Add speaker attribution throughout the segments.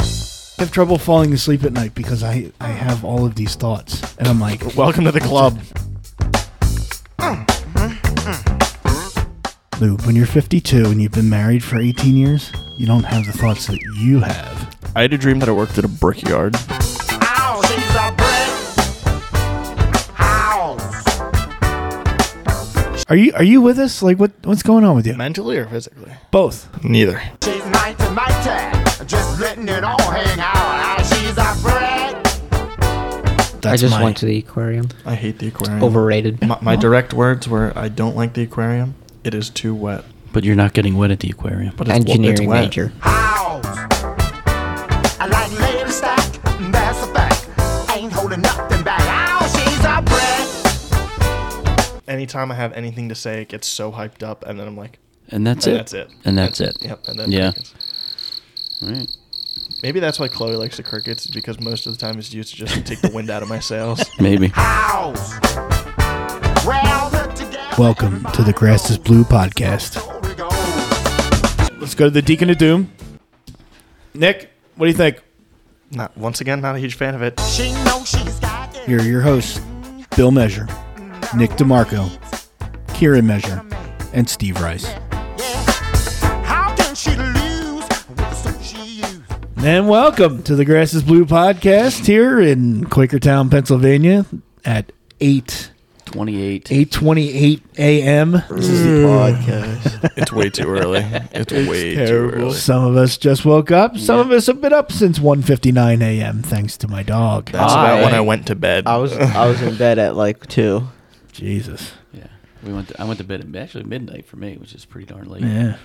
Speaker 1: have trouble falling asleep at night because I, I have all of these thoughts. And I'm like,
Speaker 2: Welcome to the club.
Speaker 1: Lou, when you're 52 and you've been married for 18 years, you don't have the thoughts that you have.
Speaker 2: I had a dream that I worked at a brickyard.
Speaker 3: House is a brick house.
Speaker 1: Are you are you with us? Like, what what's going on with you?
Speaker 2: Mentally or physically?
Speaker 1: Both.
Speaker 2: Neither.
Speaker 3: She's mighty, mighty, just letting it all hang out. Ah, She's a brick.
Speaker 1: That's
Speaker 4: I just
Speaker 1: my-
Speaker 4: went to the aquarium.
Speaker 2: I hate the
Speaker 5: Oh.
Speaker 2: aquarium.
Speaker 4: Overrated.
Speaker 2: My, my direct words were, I don't like the aquarium. It is too wet.
Speaker 6: But you're not getting wet at the aquarium.
Speaker 2: But it's, wa- it's
Speaker 4: Engineering
Speaker 2: wet.
Speaker 4: major.
Speaker 3: House. I like lady stack, that's a fact. Ain't holding nothing back. Oh, she's a brick.
Speaker 2: Anytime I have anything to say, it gets so hyped up, and then I'm like,
Speaker 6: And that's
Speaker 2: and
Speaker 6: it.
Speaker 2: that's it.
Speaker 6: And that's it.
Speaker 2: Yep. And then
Speaker 6: yeah.
Speaker 2: crickets.
Speaker 6: Right.
Speaker 2: Maybe that's why Chloe likes the crickets, is because most of the time it's used to just take the wind out of my sails.
Speaker 6: Maybe.
Speaker 3: House. Well, put together.
Speaker 1: Welcome to the Grass is Blue podcast.
Speaker 3: Story goes.
Speaker 1: Let's go to the Deacon of Doom. Nick, what do you think?
Speaker 2: Not once again, not a huge fan of it.
Speaker 3: She knows she's got it.
Speaker 1: Here are your hosts, Bill Measure, Nick DeMarco, Kieran Measure, and Steve Rice.
Speaker 3: Yeah. How can she lose with the suit she used?
Speaker 1: And welcome to the Grass is Blue podcast here in Quakertown, Pennsylvania at 8
Speaker 6: 28.
Speaker 1: 8:28 a.m.
Speaker 2: This is the podcast. It's way too early. It's, way too early.
Speaker 1: Some of us just woke up. Some of us have been up since 1:59 a.m. thanks to my dog.
Speaker 2: That's about when
Speaker 5: I-
Speaker 2: I went to bed.
Speaker 5: I was I was in bed at like two.
Speaker 1: Jesus.
Speaker 6: Yeah. We went to, I went to bed at actually midnight for me, which is pretty darn late.
Speaker 1: Yeah.
Speaker 6: Too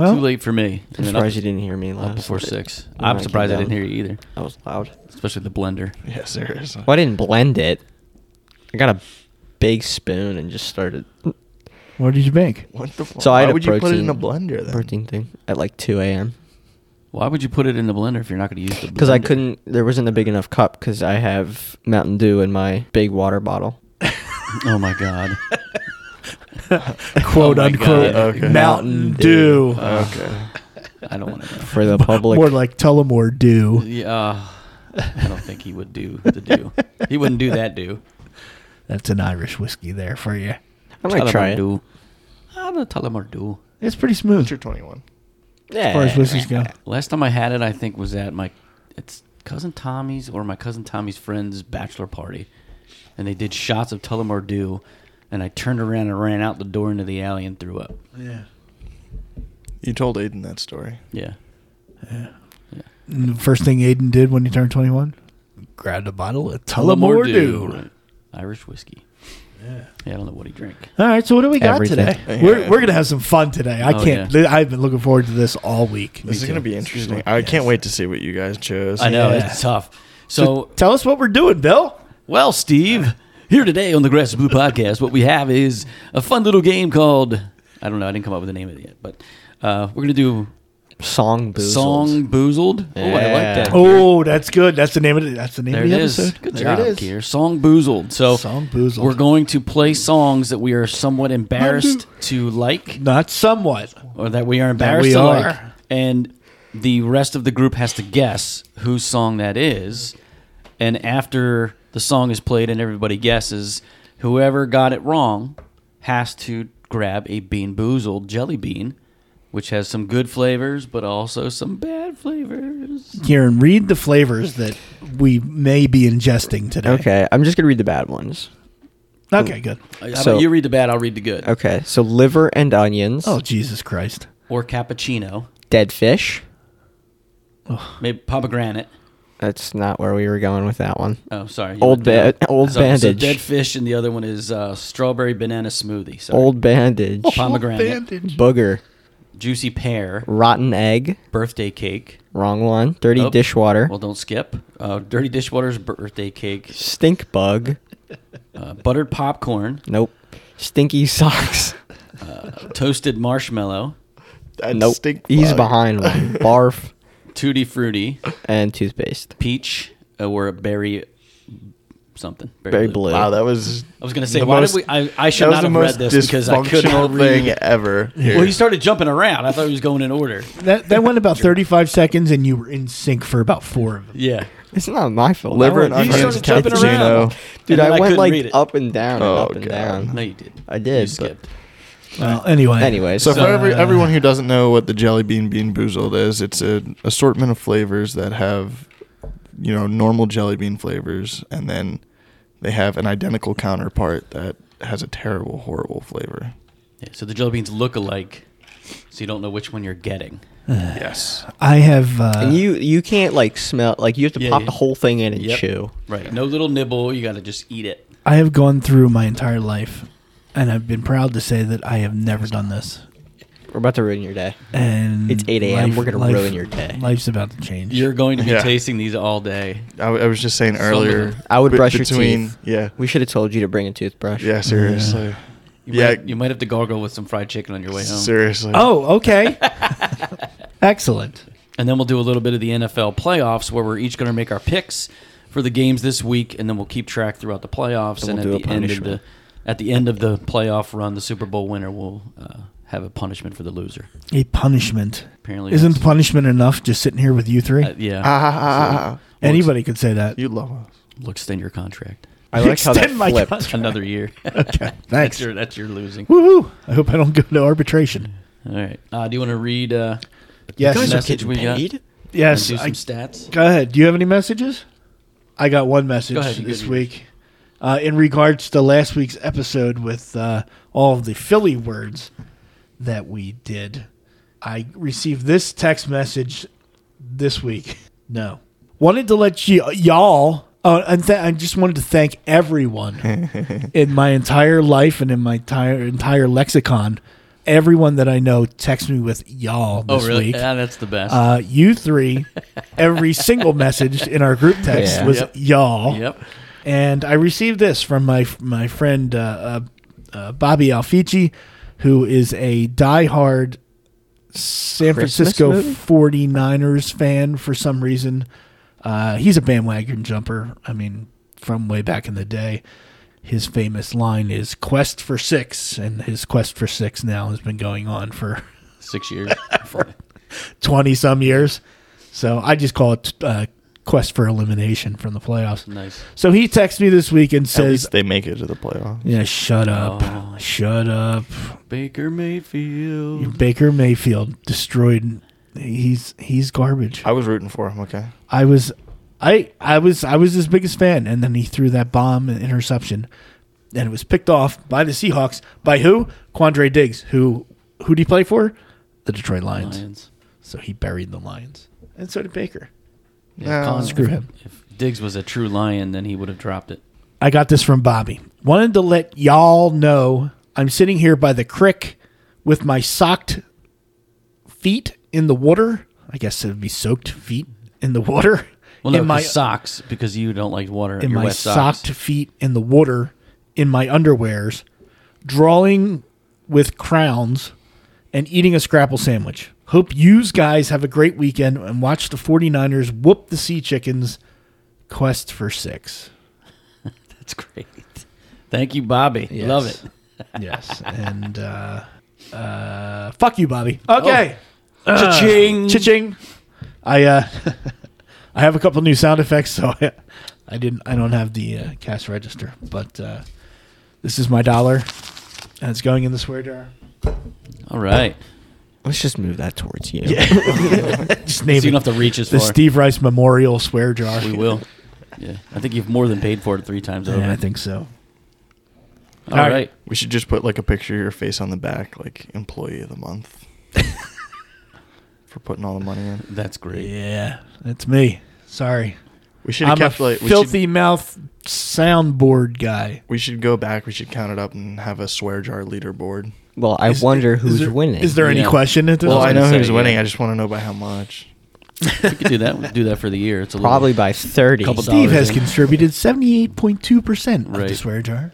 Speaker 1: Well,
Speaker 6: late for me.
Speaker 5: I'm
Speaker 6: And then up-
Speaker 5: surprised you didn't hear me last
Speaker 6: up before
Speaker 5: night.
Speaker 6: six.
Speaker 5: when
Speaker 6: I'm
Speaker 5: I came
Speaker 6: surprised I
Speaker 5: down.
Speaker 6: didn't hear you either,
Speaker 5: That was loud.
Speaker 6: especially the blender.
Speaker 2: yeah, seriously.
Speaker 5: Well, I didn't blend it. I got a big spoon and just started
Speaker 1: what did you
Speaker 4: Oh
Speaker 1: make?
Speaker 2: What the fuck?
Speaker 5: So I
Speaker 2: Why
Speaker 5: had a
Speaker 2: would you put it in a
Speaker 5: protein-
Speaker 2: blender then?
Speaker 5: protein thing at like two a.m.
Speaker 6: Why would you put it in the blender if you're not going to use the blender?
Speaker 5: because I couldn't. There wasn't a big enough cup because I have Mountain Dew in my big water bottle.
Speaker 6: Oh, my God.
Speaker 1: Quote
Speaker 6: Oh my
Speaker 1: unquote
Speaker 6: God.
Speaker 2: Okay.
Speaker 1: Mountain Dew.
Speaker 2: Okay.
Speaker 6: I don't want to know.
Speaker 5: For the public,
Speaker 1: More like Tullamore Dew.
Speaker 6: Yeah. uh, I don't think he would do the do. He wouldn't do that do.
Speaker 1: That's an Irish whiskey there for you.
Speaker 5: I might try it.
Speaker 6: Do. I'm going to tell him or do.
Speaker 1: It's pretty smooth.
Speaker 2: You're 21.
Speaker 5: Yeah,
Speaker 1: as far as whiskeys go.
Speaker 6: Last time I had it, I think was at my it's cousin Tommy's or my cousin Tommy's friend's bachelor party, and they did shots of Tullamore Dew, and I turned around and ran out the door into the alley and threw up.
Speaker 1: Yeah.
Speaker 2: You told Aiden that story.
Speaker 6: Yeah,
Speaker 1: And the first thing Aiden did when he turned 21, grabbed a bottle of Tullamore, Dew.
Speaker 6: Right. Irish whiskey. Yeah. I don't know what he drank.
Speaker 1: All right, so what do we got
Speaker 5: Everything.
Speaker 1: today? We're, we're gonna have some fun today. I
Speaker 6: Oh,
Speaker 1: can't. I've been looking forward to this all week.
Speaker 2: This is going to be interesting. I can't wait to see what you guys chose.
Speaker 6: I know
Speaker 1: Yeah.
Speaker 6: it's tough.
Speaker 1: So
Speaker 6: So,
Speaker 1: tell us what we're doing, Bill.
Speaker 6: well, Steve, here today on the Grass is Blue podcast, what we have is a fun little game called I don't know. I didn't come up with the name of it yet, but uh, we're gonna do
Speaker 5: Song boozled.
Speaker 6: song boozled. Oh, I
Speaker 5: Yeah.
Speaker 6: like that.
Speaker 1: Oh, that's good. That's the name of it. That's the name
Speaker 6: There
Speaker 1: of
Speaker 6: it
Speaker 1: the
Speaker 6: is.
Speaker 1: episode.
Speaker 6: Good
Speaker 1: there
Speaker 6: job,
Speaker 1: it is.
Speaker 6: Keir. Song boozled. So
Speaker 1: Song boozled.
Speaker 6: We're going to play songs that we are somewhat embarrassed to like,
Speaker 1: Not somewhat.
Speaker 6: or that we are embarrassed
Speaker 1: we
Speaker 6: to
Speaker 1: are.
Speaker 6: like, and the rest of the group has to guess whose song that is. And after the song is played and everybody guesses, whoever got it wrong has to grab a Bean Boozled jelly bean, which has some good flavors but also some bad flavors.
Speaker 1: Kieran, read the flavors that we may be ingesting today.
Speaker 5: Okay, I'm just gonna read the bad ones.
Speaker 1: Okay. Good.
Speaker 6: How
Speaker 5: So-
Speaker 6: about you read the bad, I'll read the good.
Speaker 5: Okay, so liver and onions,
Speaker 1: Oh Jesus Christ.
Speaker 6: Or cappuccino.
Speaker 5: dead fish.
Speaker 6: Maybe pomegranate.
Speaker 5: That's not where we were going with that one.
Speaker 6: Oh, sorry. you
Speaker 5: Old
Speaker 6: went down.
Speaker 5: ba- old
Speaker 6: so,
Speaker 5: bandage.
Speaker 6: So dead fish, and the other one is uh, strawberry banana smoothie. Sorry.
Speaker 5: Old bandage,
Speaker 6: Oh, pomegranate,
Speaker 1: Bandage.
Speaker 5: booger,
Speaker 6: juicy pear,
Speaker 5: rotten egg,
Speaker 6: birthday cake.
Speaker 5: wrong one, dirty
Speaker 6: Oh.
Speaker 5: dishwater,
Speaker 6: Well, don't skip. Uh, dirty dishwater's birthday cake.
Speaker 5: stink bug,
Speaker 6: Uh, buttered popcorn,
Speaker 5: nope, stinky socks,
Speaker 6: toasted marshmallow,
Speaker 2: That
Speaker 5: nope.
Speaker 2: stink
Speaker 5: He's
Speaker 2: bug.
Speaker 5: behind one, barf,
Speaker 6: tutti frutti,
Speaker 5: and toothpaste.
Speaker 6: peach, uh, or berry something.
Speaker 5: Barry Blue.
Speaker 4: Wow, that was.
Speaker 6: I was gonna say,
Speaker 4: the
Speaker 6: why
Speaker 4: most-
Speaker 6: did we? I, I
Speaker 4: that
Speaker 6: should
Speaker 4: was
Speaker 6: not
Speaker 4: the
Speaker 6: have read
Speaker 4: most
Speaker 6: this because I could not
Speaker 4: dysfunctional
Speaker 6: read.
Speaker 4: thing ever.
Speaker 6: Well, he started jumping around. I thought he was going in order.
Speaker 1: That that went about 35 seconds, and you were in sync for about four of them.
Speaker 6: Yeah,
Speaker 5: It's not my fault.
Speaker 4: Liver
Speaker 5: I
Speaker 4: and
Speaker 5: went-
Speaker 6: you
Speaker 4: onions
Speaker 6: started jumping
Speaker 4: cappuccino.
Speaker 6: around. and
Speaker 5: Dude,
Speaker 6: then
Speaker 5: I went
Speaker 6: couldn't
Speaker 5: like
Speaker 6: read it.
Speaker 5: up and down and
Speaker 4: Oh,
Speaker 5: up and
Speaker 4: God.
Speaker 6: No,
Speaker 5: down.
Speaker 6: you did.
Speaker 5: I
Speaker 6: You
Speaker 5: did. but
Speaker 6: skipped.
Speaker 1: Well, anyway,
Speaker 5: anyway,
Speaker 4: So,
Speaker 5: so,
Speaker 4: for
Speaker 6: uh,
Speaker 4: every, everyone who doesn't know what the jelly bean bean boozled is, it's an assortment of flavors that have, you know, normal jelly bean flavors, and then they have an identical counterpart that has a terrible, horrible flavor.
Speaker 6: Yeah, so the jelly beans look alike, so you don't know which one you're getting.
Speaker 4: Yes.
Speaker 1: I have. Uh,
Speaker 5: and you you can't like smell like you have to
Speaker 6: Yeah,
Speaker 5: pop
Speaker 6: yeah.
Speaker 5: the whole thing in and
Speaker 6: Yep.
Speaker 5: chew.
Speaker 6: Right. No little nibble. You got to just eat it.
Speaker 1: I have gone through my entire life, and I've been proud to say that I have never done this.
Speaker 5: We're about to ruin your day.
Speaker 1: And
Speaker 5: It's 8 a.m., we're gonna ruin your day.
Speaker 1: Life's about to change.
Speaker 6: You're going to be
Speaker 4: Yeah.
Speaker 6: tasting these all day.
Speaker 4: I, w- I was just saying
Speaker 6: Some of
Speaker 4: earlier.
Speaker 6: them.
Speaker 5: I would
Speaker 4: b-
Speaker 5: brush your
Speaker 4: between,
Speaker 5: teeth.
Speaker 4: Yeah.
Speaker 5: We should have told you to bring a toothbrush.
Speaker 4: Yeah. Seriously.
Speaker 6: You
Speaker 4: Yeah.
Speaker 6: Might, you might have to gargle with some fried chicken on your way home.
Speaker 4: Seriously.
Speaker 1: oh, okay. Excellent.
Speaker 6: And then we'll do a little bit of the NFL playoffs where we're each going to make our picks for the games this week, and then we'll keep track throughout the playoffs.
Speaker 5: Then
Speaker 6: and
Speaker 5: we'll
Speaker 6: at
Speaker 5: do
Speaker 6: the
Speaker 5: a
Speaker 6: end of the
Speaker 5: punishment.
Speaker 6: at the end of the playoff run, the Super Bowl winner will uh, have a punishment for the loser.
Speaker 1: A punishment.
Speaker 6: Apparently,
Speaker 1: Isn't
Speaker 6: that's-
Speaker 1: punishment enough just sitting here with you three?
Speaker 6: uh, yeah
Speaker 4: Ah, ah, ah, ah.
Speaker 1: Anybody could say that.
Speaker 4: You love us.
Speaker 6: Look, extend your contract
Speaker 5: I like how that
Speaker 1: Extend my
Speaker 5: flipped.
Speaker 1: contract.
Speaker 6: another year.
Speaker 1: Okay.
Speaker 6: that's
Speaker 1: Thanks.
Speaker 6: your that's your losing. All
Speaker 1: Woohoo. I hope I don't go to arbitration.
Speaker 6: right. Uh, do you want to read? Uh,
Speaker 1: Yes.
Speaker 6: guys are
Speaker 1: Message-
Speaker 6: Message we got.
Speaker 1: yes.
Speaker 6: and do some
Speaker 1: I-
Speaker 6: stats.
Speaker 1: go ahead. Do you have any messages? I got one message
Speaker 6: Go ahead, you
Speaker 1: this
Speaker 6: get yours.
Speaker 1: week. Uh, in regards to last week's episode with uh, all of the Philly words that we did, I received this text message this week. No. Wanted to let you, y'all, uh, and th- I just wanted to thank everyone in my entire life and in my entire, entire lexicon. Everyone that I know text me with y'all this
Speaker 6: Oh, really?
Speaker 1: week
Speaker 6: Yeah, that's the best.
Speaker 1: uh, you three, every single message in our group text
Speaker 5: Yeah.
Speaker 1: was
Speaker 6: Yep.
Speaker 1: y'all.
Speaker 6: yep.
Speaker 1: And I received this from my my friend uh, uh, uh, Bobby Alfici, who is a diehard San
Speaker 5: Christmas
Speaker 1: Francisco
Speaker 5: movie?
Speaker 1: 49ers fan for some reason. Uh, he's a bandwagon jumper. I mean, from way back in the day. His famous line is quest for six, and his quest for six now has been going on for
Speaker 6: Six years.
Speaker 1: 20 some years. So I just call it uh, quest for elimination from the playoffs.
Speaker 6: nice.
Speaker 1: So he texts me this week and
Speaker 4: At
Speaker 1: says,
Speaker 4: least they make it to the playoffs.
Speaker 1: "Yeah, shut up.
Speaker 6: Oh.
Speaker 1: Shut up.
Speaker 6: Baker Mayfield.
Speaker 1: Baker Mayfield destroyed he's he's garbage.
Speaker 4: I was rooting for him. Okay.
Speaker 1: I was I I was I was his biggest fan and then he threw that bomb and interception and it was picked off by the Seahawks by who? Quandre Diggs, who who did he play for? The Detroit Lions.
Speaker 6: Lions.
Speaker 1: So he buried the Lions. And so did Baker.
Speaker 6: Yeah,
Speaker 4: No.
Speaker 6: Con-
Speaker 1: Screw him.
Speaker 6: If Diggs was a true lion, then he would have dropped it.
Speaker 1: I got this from Bobby. Wanted to let y'all know I'm sitting here by the creek with my socked feet in the water. I guess it would be soaked feet in the water.
Speaker 6: Well, no,
Speaker 1: in
Speaker 6: 'cause
Speaker 1: my
Speaker 6: socks because you don't like water.
Speaker 1: in
Speaker 6: your
Speaker 1: my
Speaker 6: wet socks.
Speaker 1: socked feet in the water in my underwears, drawing with crowns and eating a scrapple sandwich. Hope yous guys have a great weekend and watch the 49ers whoop the Sea Chickens quest for 6.
Speaker 6: That's great. Thank you, Bobby.
Speaker 1: Yes.
Speaker 6: Love it.
Speaker 1: Yes, and uh, uh, fuck you, Bobby. Okay,
Speaker 4: Uh,
Speaker 6: Cha-ching.
Speaker 1: cha-ching. I uh, I have a couple new sound effects, so I, I didn't. I don't have the uh, cash register, but uh, this is my dollar, and it's going in the swear jar.
Speaker 6: All right.
Speaker 5: Let's just move that towards you.
Speaker 1: Just name
Speaker 6: So you
Speaker 1: it
Speaker 6: don't have to reach as
Speaker 1: the
Speaker 6: far.
Speaker 1: Steve Rice Memorial Swear Jar.
Speaker 6: we will. Yeah. I think you've more than paid for it three times over.
Speaker 1: Yeah, I think so.
Speaker 6: All
Speaker 1: All
Speaker 6: right.
Speaker 1: right.
Speaker 4: We should just put like a picture of your face on the back, like employee of the month. for putting all the money in.
Speaker 6: That's great.
Speaker 1: Yeah, that's me. Sorry,
Speaker 4: We should have
Speaker 1: I'm
Speaker 4: kept
Speaker 1: a
Speaker 4: like we should-
Speaker 1: filthy mouth soundboard guy.
Speaker 4: we should go back, we should count it up and have a swear jar leaderboard.
Speaker 5: Well, I wonder
Speaker 1: is
Speaker 5: who's
Speaker 1: there-
Speaker 5: winning.
Speaker 1: Is there any
Speaker 6: Yeah.
Speaker 1: question at this?
Speaker 4: Well,
Speaker 6: was
Speaker 4: I
Speaker 6: gonna
Speaker 4: know
Speaker 6: say,
Speaker 4: who's
Speaker 6: yeah.
Speaker 4: winning. I just want to know by how much.
Speaker 6: We could do that. We could do that for the year. It's a little-
Speaker 5: probably by thirty?
Speaker 6: Couple dollars.
Speaker 1: Steve has
Speaker 6: in.
Speaker 1: contributed 78.2% of the
Speaker 6: Right.
Speaker 1: swear jar.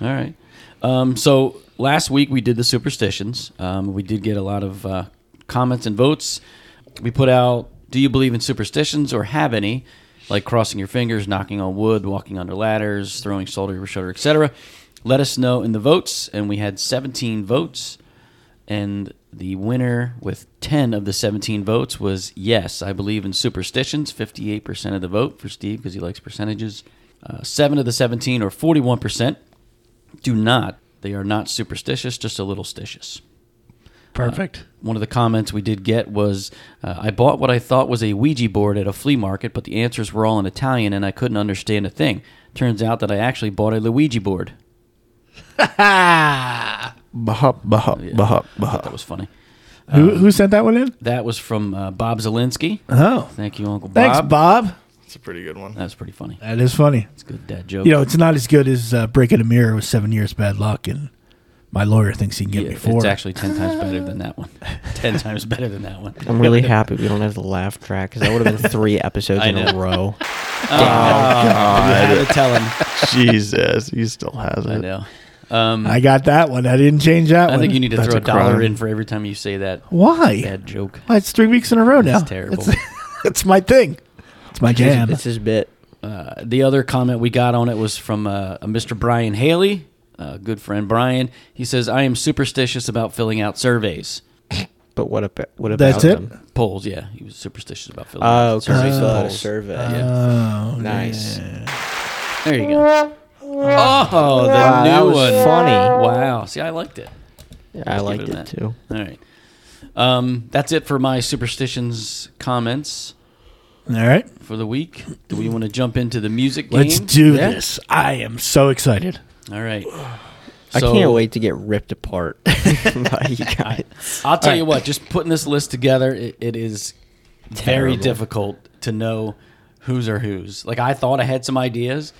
Speaker 6: All right. Um, so last week we did the superstitions. Um, we did get a lot of uh, comments and votes. We put out, do you believe in superstitions or have any? like crossing your fingers, knocking on wood, walking under ladders, throwing shoulder over shoulder, etc. Let us know in the votes, and we had 17 votes, and the winner with 10 of the 17 votes was yes, I believe in superstitions. 58% of the vote for Steve because he likes percentages. Uh, seven of the 17, or 41%, do not. They are not superstitious, just a little stitious
Speaker 1: Perfect.
Speaker 6: one of the comments we did get was uh, I bought what I thought was a Ouija board at a flea market, but the answers were all in Italian and I couldn't understand a thing. Turns out that I actually bought a Luigi board.
Speaker 1: Uh,
Speaker 4: Bahop, bahop, bahop, bahop.
Speaker 6: That was funny. Um,
Speaker 1: who, who sent that one in?
Speaker 6: That was from uh, Bob Zelinsky.
Speaker 1: Oh,
Speaker 6: Thank you, Uncle Bob.
Speaker 1: thanks, Bob.
Speaker 4: That's a pretty good one.
Speaker 6: That was pretty funny.
Speaker 1: That is funny.
Speaker 6: It's a good dad joke.
Speaker 1: You know, it's not as good as uh, breaking a mirror with seven years bad luck, and my lawyer thinks he can get
Speaker 6: Yeah,
Speaker 1: me four.
Speaker 6: it's actually 10 times better than that one. 10 times better than that one.
Speaker 5: I'm really happy we don't have the laugh track because that would have been three episodes
Speaker 6: I
Speaker 5: in a
Speaker 6: know.
Speaker 5: row.
Speaker 6: I Ah, had to tell him.
Speaker 4: Jesus, he still has
Speaker 6: I
Speaker 4: it.
Speaker 6: know. Um,
Speaker 1: I got that one. I didn't change that
Speaker 6: I
Speaker 1: one.
Speaker 6: think you need to
Speaker 4: That's
Speaker 6: throw a
Speaker 4: a
Speaker 6: dollar
Speaker 4: crime.
Speaker 6: in for every time you say that
Speaker 1: Why?
Speaker 6: bad joke.
Speaker 1: Why, it's three weeks in a row now.
Speaker 6: terrible.
Speaker 1: It's, it's my thing. It's my jam.
Speaker 5: It's his bit.
Speaker 6: Uh, the other comment we got on it was from uh, a Mr. Brian Haley, uh, good friend Brian. He says, "I am superstitious about filling out surveys,
Speaker 5: But what about what about
Speaker 1: That's it?
Speaker 5: them?
Speaker 6: polls." Yeah, he was superstitious about filling
Speaker 5: Oh,
Speaker 6: out
Speaker 5: because
Speaker 6: surveys
Speaker 5: we
Speaker 6: and
Speaker 5: fill out a
Speaker 6: polls.
Speaker 5: survey.
Speaker 1: Oh,
Speaker 5: Nice.
Speaker 6: There you go. Oh, the
Speaker 5: Wow,
Speaker 6: new
Speaker 5: that was
Speaker 6: one.
Speaker 5: funny.
Speaker 6: Wow. See, I liked it.
Speaker 5: Yeah, I
Speaker 6: Just
Speaker 5: liked
Speaker 6: give
Speaker 5: it
Speaker 6: him that.
Speaker 5: too.
Speaker 6: All right. Um, that's it for my superstitions comments
Speaker 1: All right.
Speaker 6: for the week. Do we want to jump into the music game?
Speaker 1: Let's do
Speaker 6: Yeah?
Speaker 1: this. I am so excited.
Speaker 6: All right.
Speaker 5: I
Speaker 6: So-
Speaker 5: can't wait to get ripped apart by you guys.
Speaker 6: I'll tell you what, just putting this list together, it, it is very difficult to know whose are whose. Like I thought I had some ideas,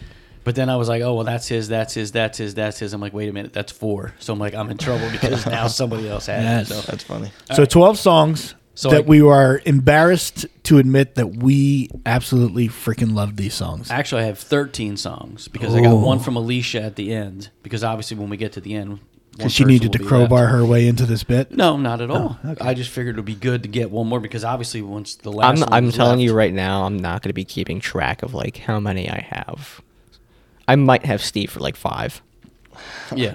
Speaker 6: but then I was like, oh well, that's his, that's his, that's his, that's his. I'm like, wait a minute, that's four. So I'm like, I'm in trouble because now somebody else has
Speaker 1: Yes.
Speaker 6: it. So
Speaker 4: That's funny.
Speaker 1: So, 12 songs
Speaker 6: So
Speaker 1: that
Speaker 6: I-
Speaker 1: we are embarrassed to admit that we absolutely freaking love these songs.
Speaker 6: actually, I have 13 songs because I got
Speaker 1: Ooh.
Speaker 6: one from Alicia at the end because obviously when we get to the end, one
Speaker 1: Because she
Speaker 6: person
Speaker 1: needed to
Speaker 6: will be left.
Speaker 1: crowbar her Oh, way into this bit.
Speaker 6: No, not at all. I just figured it would be good to get one more because obviously once the last
Speaker 5: I'm
Speaker 6: one
Speaker 5: I'm
Speaker 6: was
Speaker 5: telling
Speaker 6: left-
Speaker 5: you right now, I'm not going to be keeping track of like how many I have. I might have Steve for like five.
Speaker 6: yeah.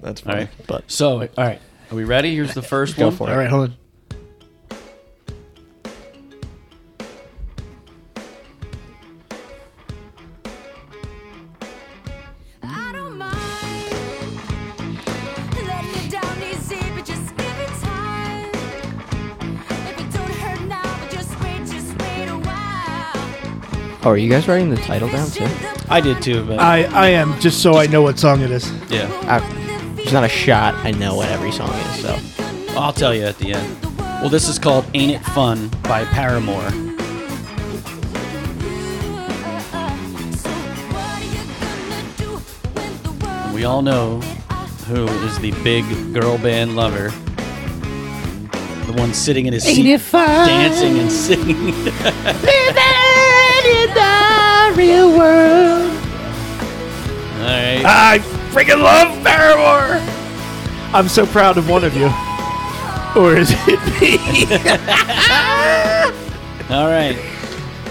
Speaker 4: That's
Speaker 6: All
Speaker 4: funny.
Speaker 6: right.
Speaker 5: But-
Speaker 6: so, all right, are we ready? Here's the first
Speaker 5: Go
Speaker 6: one.
Speaker 5: for
Speaker 1: All right, hold on.
Speaker 7: I don't mind letting you down easy, but just give it time. If it don't hurt now, but just wait, just wait a while.
Speaker 5: Oh, are you guys writing the title down too?
Speaker 6: I did too,
Speaker 5: Uh,
Speaker 6: but
Speaker 1: I, I am, just so I know what song it is.
Speaker 6: yeah,
Speaker 5: There's not a shot. I know what every song is. So
Speaker 6: I'll tell you at the end. Well, this is called "Ain't It Fun" by Paramore. We all know who is the big girl band lover, the one sitting in his seat, dancing and singing. All right.
Speaker 1: I freaking love Paramore. I'm so proud of one of you. Or is it me?
Speaker 6: All right.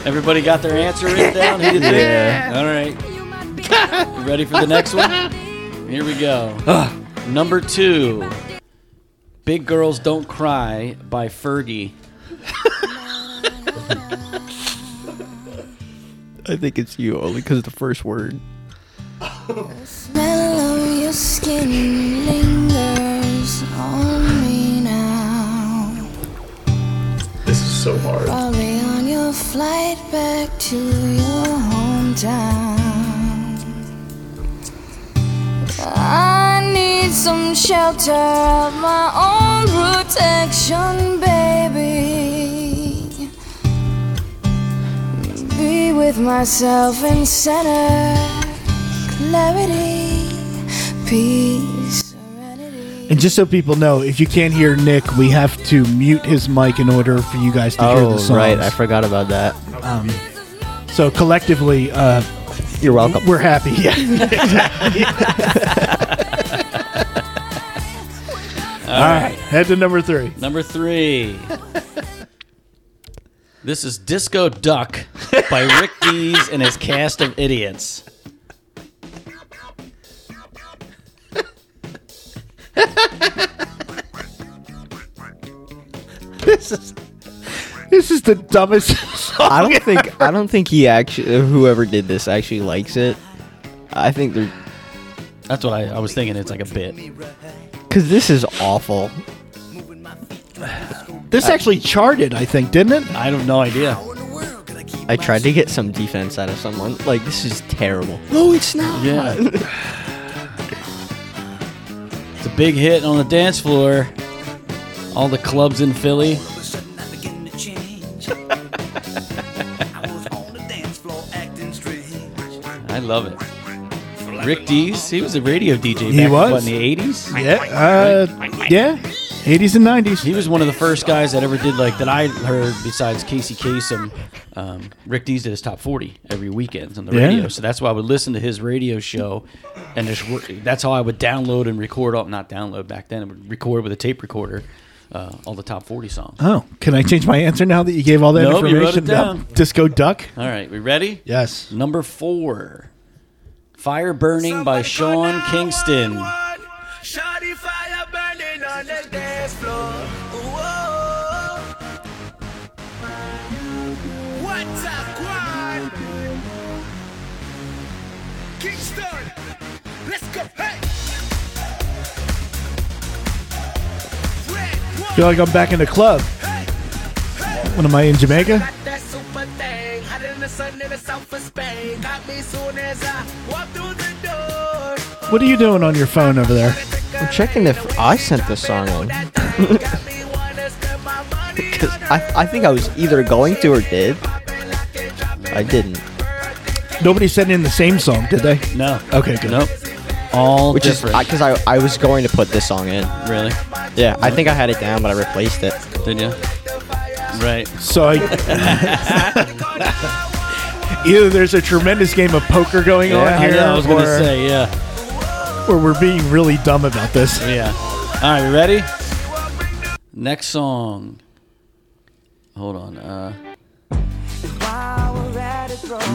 Speaker 6: Everybody got their answer written down? Who did they? All right. You ready for the next one? Here we go. Number two Big Girls Don't Cry by Fergie.
Speaker 5: I think it's you only because of the first word.
Speaker 7: Mellow your skin lingers on me now.
Speaker 4: This is so hard.
Speaker 7: Probably on your flight back to your hometown. I need some shelter of my own protection, baby. Be with myself in center, clarity, peace, serenity.
Speaker 1: and just so people know, if you can't hear Nick, we have to mute his mic in order for you guys to hear the
Speaker 5: Oh,
Speaker 1: songs.
Speaker 5: right. I forgot about that.
Speaker 1: so collectively, uh,
Speaker 5: You're welcome.
Speaker 1: we're happy. Yeah. All right, head to number three.
Speaker 6: Number three This is Disco Duck by Rick Dees and his cast of idiots.
Speaker 1: This is this is the dumbest song.
Speaker 5: I don't think I don't think he actually whoever did this actually likes it. I think they're
Speaker 6: That's what I, I was thinking. It's like a bit.
Speaker 5: because this is awful.
Speaker 1: This actually charted, I think, didn't it?
Speaker 6: I have no idea.
Speaker 5: I tried to get some defense out of someone. Like this is terrible.
Speaker 1: No, it's not.
Speaker 6: Yeah. it's a big hit on the dance floor. All the clubs in Philly. I love it. Rick Dees, he was a radio DJ back
Speaker 1: He
Speaker 6: in, what,
Speaker 1: was.
Speaker 6: in the 80s.
Speaker 1: Yeah, uh, yeah. 80s and 90s.
Speaker 6: He was one of the first guys that ever did like that I heard besides Casey Kasem. Um, Rick Dees did his top forty every weekend on the
Speaker 1: Yeah.
Speaker 6: radio, so that's why I would listen to his radio show, and just wor- that's how I would download and record all not download back then, I would record with a tape recorder uh, all the top forty songs.
Speaker 1: Oh, can I change my answer now that you gave all that
Speaker 6: Nope, you
Speaker 1: information?
Speaker 6: wrote it
Speaker 1: about
Speaker 6: down.
Speaker 1: Disco Duck.
Speaker 6: All right, we ready?
Speaker 1: Yes.
Speaker 6: Number four, "Fire Burning" by Sean Kingston.
Speaker 8: Shawty fire burning on the dance floor. Whoa. What's up, Quan? Kingston, let's go. Hey. Red one,
Speaker 1: Feel like I'm back in the club.
Speaker 8: hey.
Speaker 1: When am I in Jamaica?
Speaker 8: Got that super thing. Hot in the sun in the south of Spain. Got me soon as I walk through the door.
Speaker 1: What are you doing on your phone over there?
Speaker 5: I'm checking if I sent this song on because I I think I was either going to or did. I didn't,
Speaker 1: Nobody sent in the same song, did they?
Speaker 6: No,
Speaker 1: Okay, good.
Speaker 6: nope. All
Speaker 5: which is
Speaker 6: different.
Speaker 5: because I I was going to put this song in.
Speaker 6: really?
Speaker 5: Yeah, I think I had it down, but I replaced it.
Speaker 6: Did you? Right.
Speaker 1: So I, either there's a tremendous game of poker going
Speaker 6: Yeah,
Speaker 1: on
Speaker 6: I,
Speaker 1: here,
Speaker 6: know, I was gonna
Speaker 1: or-
Speaker 6: say yeah.
Speaker 1: or we're being really dumb about this.
Speaker 6: Yeah. All right, we ready? Next song. Hold on. Uh,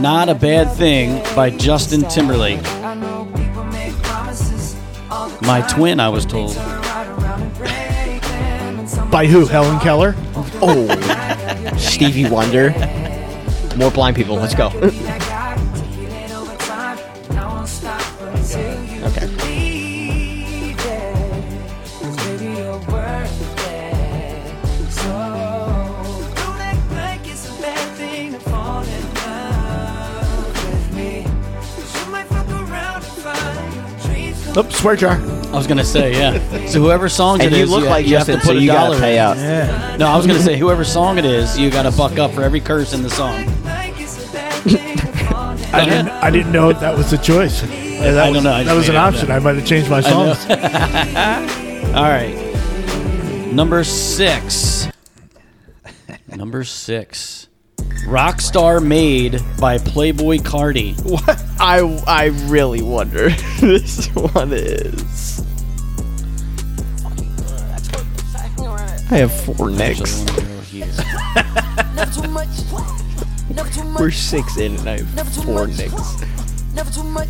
Speaker 6: Not a Bad Thing by Justin Timberlake. My twin, I was told.
Speaker 1: By who? Helen Keller?
Speaker 5: Oh, Stevie Wonder. More blind people. Let's go. okay.
Speaker 1: Oops, swear jar.
Speaker 6: I was gonna say, yeah. So whoever songs
Speaker 5: And
Speaker 6: it
Speaker 5: you
Speaker 6: is,
Speaker 5: look like
Speaker 6: you
Speaker 5: Justin,
Speaker 6: have to
Speaker 5: so
Speaker 6: put
Speaker 5: you
Speaker 6: a
Speaker 5: gotta
Speaker 6: dollar.
Speaker 5: pay
Speaker 6: in.
Speaker 5: up.
Speaker 1: Yeah.
Speaker 6: No, I was gonna say whoever song it is, you gotta buck up for every curse in the song.
Speaker 1: I didn't, I didn't know that was a choice. Uh, That
Speaker 6: I don't
Speaker 1: was,
Speaker 6: know, I
Speaker 1: that
Speaker 6: just
Speaker 1: was
Speaker 6: made
Speaker 1: an
Speaker 6: it up
Speaker 1: option.
Speaker 6: now.
Speaker 1: I might have changed my
Speaker 6: know.
Speaker 1: songs.
Speaker 6: All right. Number six. Number six. Rockstar Made by Playboy Cardi.
Speaker 5: What? I I really wonder who this one is. I have four
Speaker 6: Just
Speaker 5: next.
Speaker 6: wanna go here.
Speaker 5: We're six in, and I have four next.
Speaker 7: Never too much.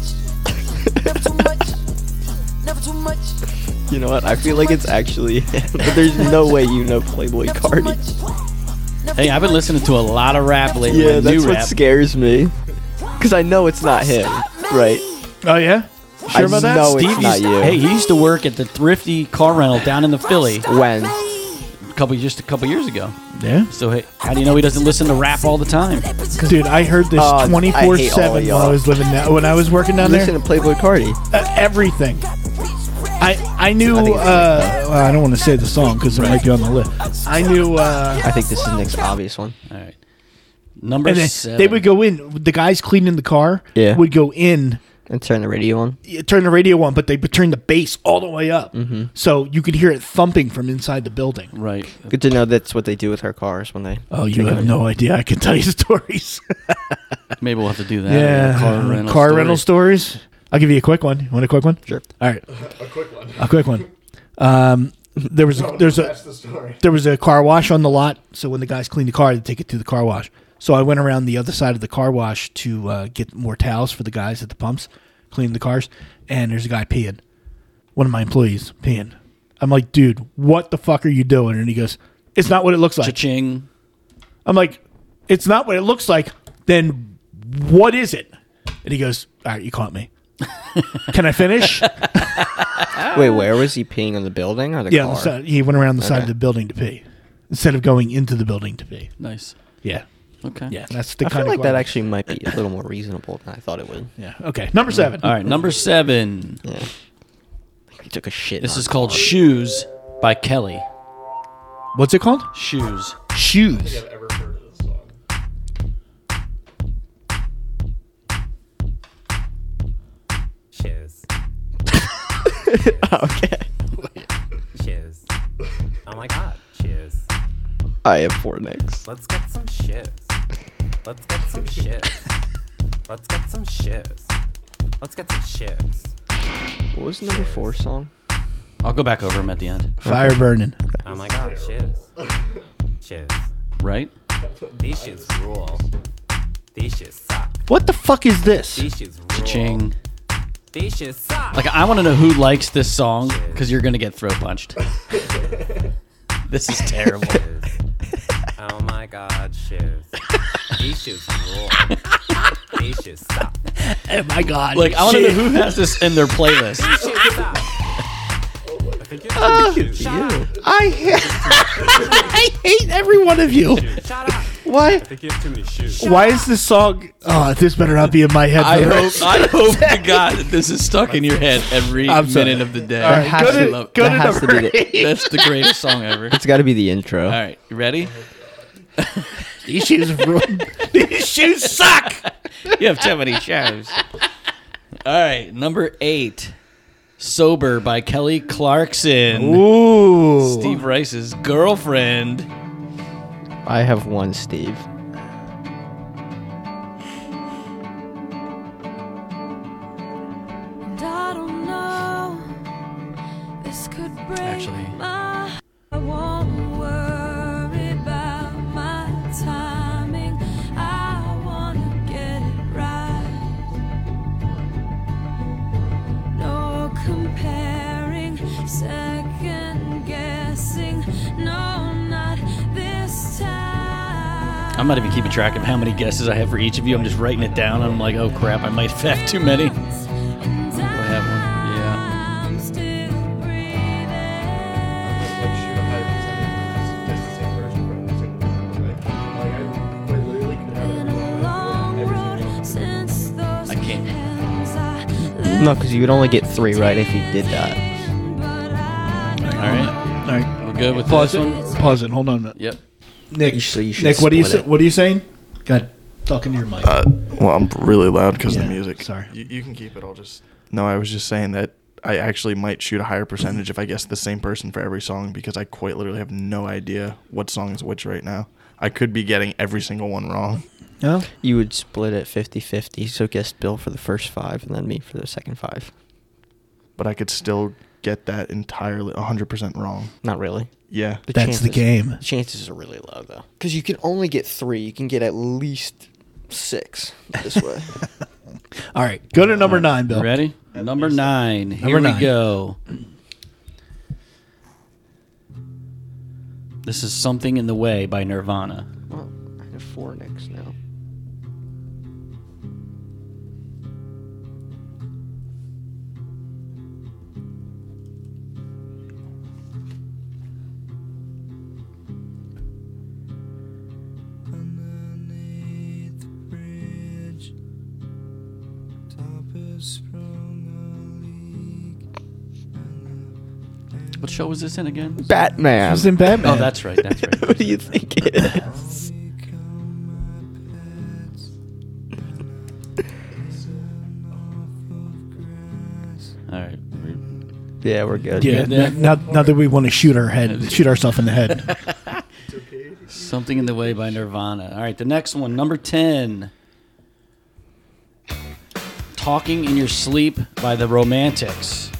Speaker 7: Never too much. Never too much.
Speaker 5: You know what? I feel like it's actually him, but there's no way you know Playboy Cardi.
Speaker 6: Hey, I've been listening to a lot of rap lately.
Speaker 5: Yeah, that's
Speaker 6: new
Speaker 5: what
Speaker 6: rap.
Speaker 5: scares me. Cause I know it's not him, right?
Speaker 1: Oh, yeah?
Speaker 5: I know it's
Speaker 6: Steve
Speaker 5: not
Speaker 6: used-
Speaker 5: you.
Speaker 6: Hey, he used to work at the thrifty car rental down in the Philly
Speaker 5: When?
Speaker 6: a couple just a couple years ago.
Speaker 1: Yeah.
Speaker 6: So hey, how do you know he doesn't listen to rap all the time?
Speaker 1: Dude, I heard this
Speaker 5: Oh, I hate all
Speaker 1: 24 7
Speaker 5: y'all.
Speaker 1: while I was living down, when I was working down
Speaker 5: Listen
Speaker 1: there.
Speaker 5: to Playboy Cardi.
Speaker 1: Uh, everything. I, I knew,
Speaker 5: I think
Speaker 1: uh,
Speaker 5: it's-
Speaker 1: well, I don't want to say the song because it might be on the list. I knew, uh,
Speaker 5: I think this is the next obvious one.
Speaker 6: All right. Number
Speaker 1: and then
Speaker 6: seven.
Speaker 1: they would go in, the guys cleaning the car
Speaker 5: Yeah.
Speaker 1: would go in
Speaker 5: And turn the radio on.
Speaker 1: you turn the radio on, but they would turn the bass all the way up,
Speaker 6: Mm-hmm.
Speaker 1: so you could hear it thumping from inside the building.
Speaker 6: right.
Speaker 5: Good to know that's what they do with our cars when they.
Speaker 1: Oh, you have no idea. I can tell you stories.
Speaker 6: Maybe we'll have to do that.
Speaker 1: yeah,
Speaker 6: Car rental.
Speaker 1: car
Speaker 6: story.
Speaker 1: rental stories. I'll give you a quick one. You want a quick one?
Speaker 5: Sure.
Speaker 1: All right, a quick one. A quick one. Um, there was a, there's a
Speaker 4: the story.
Speaker 1: there was a car wash on the lot, so when the guys cleaned the car, they take it to the car wash. So I went around the other side of the car wash to uh, get more towels for the guys at the pumps, clean the cars, and there's a guy peeing. One of my employees peeing. I'm like, dude, what the fuck are you doing? And he goes, it's not what it looks like.
Speaker 6: Cha-ching.
Speaker 1: I'm like, it's not what it looks like. Then what is it? And he goes, all right, you caught me. Can I finish?
Speaker 5: Wait, where was he peeing on the building or the
Speaker 1: Um, yeah,
Speaker 5: car?
Speaker 1: the side, he went around the side of
Speaker 5: Okay.
Speaker 1: the building to pee instead of going into the building to pee.
Speaker 6: Nice.
Speaker 1: Yeah,
Speaker 6: Okay.
Speaker 1: yeah, that's the
Speaker 5: I
Speaker 1: kind
Speaker 5: feel
Speaker 1: of
Speaker 5: like that
Speaker 1: garbage.
Speaker 5: actually might be a little more reasonable than I thought it would.
Speaker 1: Yeah. Okay. Number seven.
Speaker 6: All right, number seven.
Speaker 5: He took a shit.
Speaker 6: This
Speaker 5: on
Speaker 6: is
Speaker 5: it.
Speaker 6: called Shoes by Kelly.
Speaker 1: What's it called?
Speaker 6: Shoes.
Speaker 1: Shoes.
Speaker 9: Shoes. okay. Shoes. Oh my god, shoes.
Speaker 5: I have four necks.
Speaker 9: Let's get some shoes. Let's get some shoes. Let's get some shoes. Let's get some shoes.
Speaker 5: What was the number four song?
Speaker 6: I'll go back over them at the end.
Speaker 1: Fire burning.
Speaker 9: Oh my god, shoes. Shoes.
Speaker 6: Right?
Speaker 9: These shoes rule. These shoes suck.
Speaker 1: What the fuck is this?
Speaker 9: These shoes rule.
Speaker 6: Ching.
Speaker 9: These shoes suck.
Speaker 6: Like I want to know who likes this song because you're gonna get throat punched. this is terrible.
Speaker 9: shoes. Oh my god, shoes. These shoes rule. These shoes suck.
Speaker 1: Oh my god.
Speaker 6: Like I want to know who has this in their playlist.
Speaker 9: These shoes suck. I think you're I think it's you.
Speaker 1: I hate, I hate every one of you.
Speaker 9: Shut up.
Speaker 1: Why?
Speaker 9: I think you have too many shoes.
Speaker 1: Why is this song? Oh, this better not be in my head.
Speaker 6: I
Speaker 1: for the
Speaker 6: hope
Speaker 1: rest-
Speaker 6: I hope to God that this is stuck in your head every
Speaker 1: I'm sorry.
Speaker 6: minute of the day.
Speaker 1: All right,
Speaker 5: has
Speaker 1: go
Speaker 5: to-
Speaker 1: to-
Speaker 6: love-
Speaker 1: go
Speaker 5: that
Speaker 1: to
Speaker 5: has
Speaker 1: number
Speaker 5: to be the-
Speaker 1: eight.
Speaker 6: That's the greatest song ever.
Speaker 5: It's got to be the intro.
Speaker 6: All right, you ready?
Speaker 1: These shoes ruined. These shoes suck.
Speaker 6: You have too many shows. All right, number eight, "Sober" by Kelly Clarkson,
Speaker 1: Ooh.
Speaker 6: Steve Rice's girlfriend.
Speaker 5: I have one, Steve.
Speaker 7: And I don't know. This could break
Speaker 6: Actually-
Speaker 7: my. I won't worry about my timing. I wanna get it right. No comparing, second guessing. No, not this time.
Speaker 6: I'm not even keeping track of how many guesses I have for each of you. I'm just writing it down. I'm like, oh crap, I might have too many. I have one. Yeah.
Speaker 7: I'm still breathing. Been a long road since those
Speaker 6: I can't.
Speaker 7: hands I
Speaker 5: No, because you would only get three right if you did that.
Speaker 6: All right.
Speaker 1: All right.
Speaker 6: We're good with
Speaker 1: Pause
Speaker 6: this
Speaker 1: it.
Speaker 6: one.
Speaker 1: Pause it. Hold on a minute.
Speaker 6: Yep.
Speaker 1: Nick,
Speaker 5: You should- you should
Speaker 1: Nick, what are you
Speaker 5: split
Speaker 1: sa-
Speaker 5: it.
Speaker 1: what are you saying? God, talking to your mic.
Speaker 4: Uh, well, I'm really loud because of
Speaker 1: Yeah,
Speaker 4: the music.
Speaker 1: sorry.
Speaker 4: You, you can keep it. I'll just. No, I was just saying that I actually might shoot a higher percentage if I guess the same person for every song because I quite literally have no idea what song is which right now. I could be getting every single one wrong.
Speaker 1: no.
Speaker 5: You would split it 50 50, so guess Bill for the first five and then me for the second five.
Speaker 4: but I could still get that entirely 100% wrong.
Speaker 5: Not really.
Speaker 4: Yeah.
Speaker 1: That's the game.
Speaker 5: The chances are really low, though. Because you can only get three. You can get at least six this way.
Speaker 1: All right. Go to number nine,
Speaker 5: Oh.
Speaker 1: Bill.
Speaker 6: Ready? Number nine. Here
Speaker 1: Number
Speaker 6: we
Speaker 1: nine.
Speaker 6: go. This is Something in the Way by Nirvana.
Speaker 5: well, I have four nicks now.
Speaker 6: What show was this in again?
Speaker 1: It
Speaker 5: Batman.
Speaker 1: was in Batman.
Speaker 6: Oh, that's right. That's right.
Speaker 5: what do you think it is?
Speaker 6: All right. we're-
Speaker 5: Yeah, we're good.
Speaker 1: Yeah,
Speaker 6: Yeah.
Speaker 1: n- now, now that we want to shoot our head, shoot ourselves in the head.
Speaker 6: Something in the Way by Nirvana. All right. The next one, number 10. Talking in Your Sleep by The Romantics.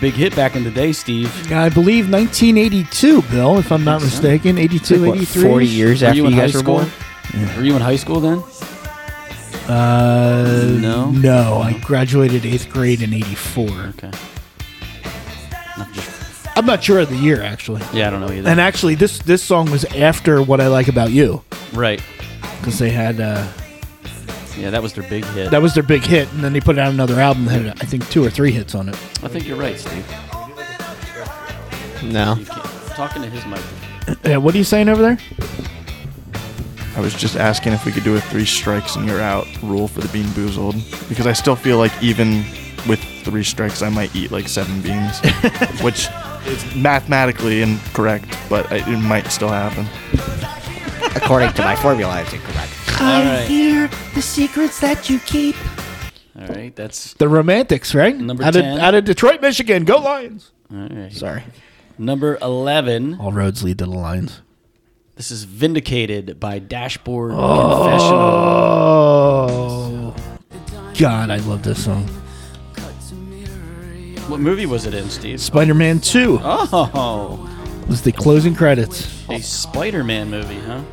Speaker 6: big hit back in the day, Steve.
Speaker 1: I believe 1982, Bill, if I'm not mistaken. 82,
Speaker 5: Like, what,
Speaker 1: 83.
Speaker 5: 40 years
Speaker 6: Were
Speaker 5: after
Speaker 6: you
Speaker 5: you
Speaker 6: in high
Speaker 5: guys were
Speaker 6: school?
Speaker 5: born?
Speaker 6: Were you in high school then?
Speaker 1: Uh,
Speaker 6: No?
Speaker 1: No, I graduated eighth grade in 84.
Speaker 6: Okay.
Speaker 1: I'm not sure of the year, actually.
Speaker 6: Yeah, I don't know either.
Speaker 1: And actually, this, this song was after What I Like About You
Speaker 6: right.
Speaker 1: because they had uh,
Speaker 6: Yeah, that was their big hit.
Speaker 1: that was their big hit, and then they put out another album that had, I think, two or three hits on it.
Speaker 6: I think you're right, Steve.
Speaker 5: No.
Speaker 6: You can't. Talking to his mic.
Speaker 1: Yeah, what are you saying over there?
Speaker 4: I was just asking if we could do a three strikes and you're out rule for the bean boozled because I still feel like even with three strikes I might eat like seven beans, which is mathematically incorrect, but I, it might still happen.
Speaker 5: According to my formula, it's incorrect.
Speaker 6: All right. hear the secrets that you keep. All right, that's
Speaker 1: The Romantics, right?
Speaker 6: Number
Speaker 1: out
Speaker 6: 10.
Speaker 1: Of, out of Detroit, Michigan. Go Lions.
Speaker 6: all right.
Speaker 1: Sorry.
Speaker 6: Number eleven.
Speaker 1: All roads lead to the Lions.
Speaker 6: This is vindicated by Dashboard Confessional.
Speaker 1: Oh. God, I love this song.
Speaker 6: What movie was it in, Steve?
Speaker 1: Spider Man 2
Speaker 6: Oh,
Speaker 1: was the closing credits.
Speaker 6: a Spider-Man movie, huh?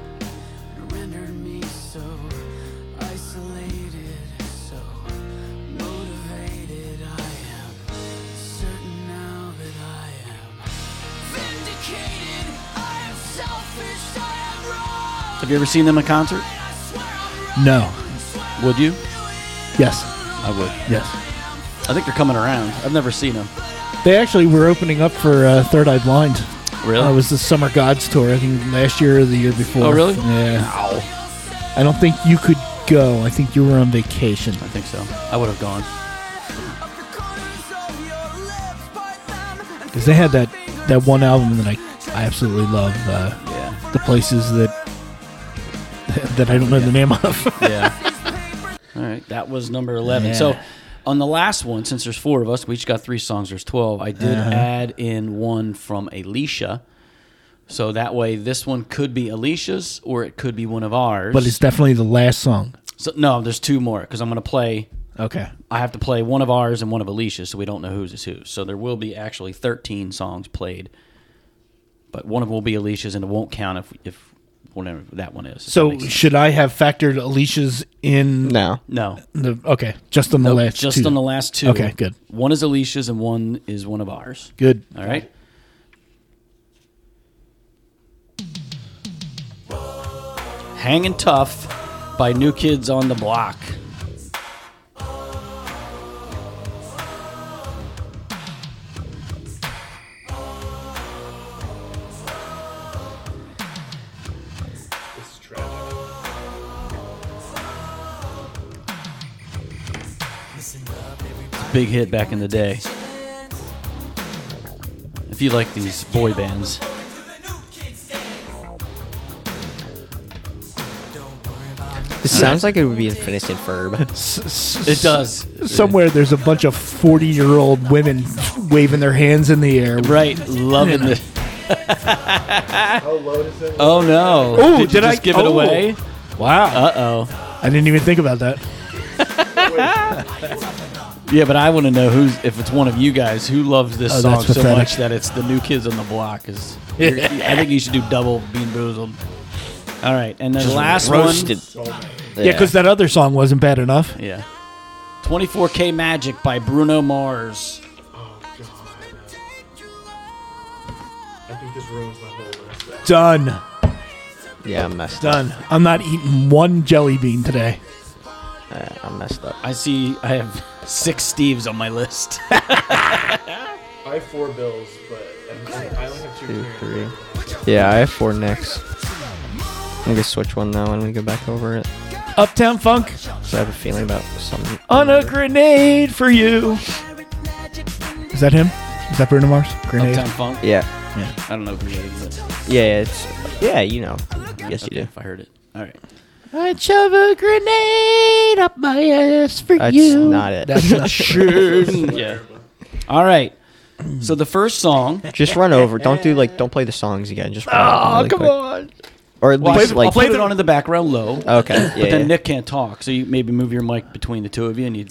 Speaker 6: Have you ever seen them in concert?
Speaker 1: No.
Speaker 6: Would you?
Speaker 1: Yes.
Speaker 6: I would.
Speaker 1: Yes.
Speaker 6: I think they're coming around. I've never seen them.
Speaker 1: They actually were opening up for uh, Third Eye Blind.
Speaker 6: Really?
Speaker 1: That was the Summer Gods tour, I think last year or the year before.
Speaker 6: Oh, really?
Speaker 1: Yeah. I don't think you could go. I think you were on vacation.
Speaker 6: I think so. I would have gone.
Speaker 1: Because they had that, that one album that I, I absolutely love. Uh,
Speaker 6: Yeah.
Speaker 1: the places that that I don't know the name of.
Speaker 6: Yeah. All right. That was number 11. So
Speaker 1: Yeah.
Speaker 6: on the last one, since there's four of us, we each got three songs. There's 12. I did
Speaker 1: Uh-huh.
Speaker 6: add in one from Alicia. So that way, this one could be Alicia's or it could be one of ours.
Speaker 1: but it's definitely the last song.
Speaker 6: so, no, there's two more because I'm going to play.
Speaker 1: Okay.
Speaker 6: I have to play one of ours and one of Alicia's, so we don't know whose is whose. So there will be actually 13 songs played, but one of them will be Alicia's, and it won't count if if whatever that one is. if that
Speaker 1: So
Speaker 6: makes sense.
Speaker 1: should I have factored Alicia's in
Speaker 5: No.
Speaker 6: no,
Speaker 1: the okay, just on the
Speaker 6: No,
Speaker 1: last
Speaker 6: just
Speaker 1: two.
Speaker 6: on the last two.
Speaker 1: Okay, good.
Speaker 6: One is Alicia's and one is one of ours.
Speaker 1: Good.
Speaker 6: All right. Hanging Tough by New Kids on the Block. It's a Big hit back in the day. If you like these boy bands,
Speaker 5: This sounds like it would be in Finished Verb.
Speaker 6: it does.
Speaker 1: Somewhere there's a bunch of 40 year old women waving their hands in the air.
Speaker 6: Right, loving this. Oh no!
Speaker 1: Ooh,
Speaker 6: did, you
Speaker 1: did I-
Speaker 6: just give it
Speaker 1: oh.
Speaker 6: away?
Speaker 1: Wow.
Speaker 6: Uh oh.
Speaker 1: I didn't even think about that.
Speaker 6: Yeah, but I want to know who's if it's one of you guys who loves this
Speaker 1: Oh,
Speaker 6: song
Speaker 1: that's
Speaker 6: so
Speaker 1: pathetic.
Speaker 6: much that it's the new kids on the block. Is I think you should do double bean boozled. All right, and then last
Speaker 5: Roasted.
Speaker 1: Yeah, because that other song wasn't bad enough.
Speaker 6: one. Yeah. 24K Magic by Bruno Mars.
Speaker 1: Done.
Speaker 5: Yeah, I'm messed up.
Speaker 1: Done. I'm not eating one jelly bean today.
Speaker 5: Uh, I'm messed up.
Speaker 6: I see I have six Steves on my list.
Speaker 2: I have four bills, but I only have
Speaker 5: Two, three. Yeah, I have four next. I'm gonna switch one now and we go back over it.
Speaker 1: Uptown Funk
Speaker 5: So I have a feeling about something.
Speaker 1: on a grenade for you. Is that him? Is that Bruno Mars? Grenade.
Speaker 6: Uptown Funk.
Speaker 5: Yeah.
Speaker 6: I don't know who it is, but
Speaker 5: Yeah, it's. Yeah, you know. Yes, you do.
Speaker 6: if I heard it. All right.
Speaker 1: I'd shove a grenade up my ass for
Speaker 5: That's not it.
Speaker 1: That's not sure.
Speaker 6: yeah. All right. So the first song,
Speaker 5: Just run over. Don't do like. Don't play the songs again. Just run
Speaker 1: oh,
Speaker 5: over really
Speaker 1: come
Speaker 5: quick.
Speaker 1: on.
Speaker 5: Or at
Speaker 6: well,
Speaker 5: least
Speaker 6: I,
Speaker 5: like.
Speaker 6: will put it on in the background low.
Speaker 5: Okay. Yeah.
Speaker 6: but then
Speaker 5: yeah.
Speaker 6: Nick can't talk, so you maybe move your mic between the two of you, and you,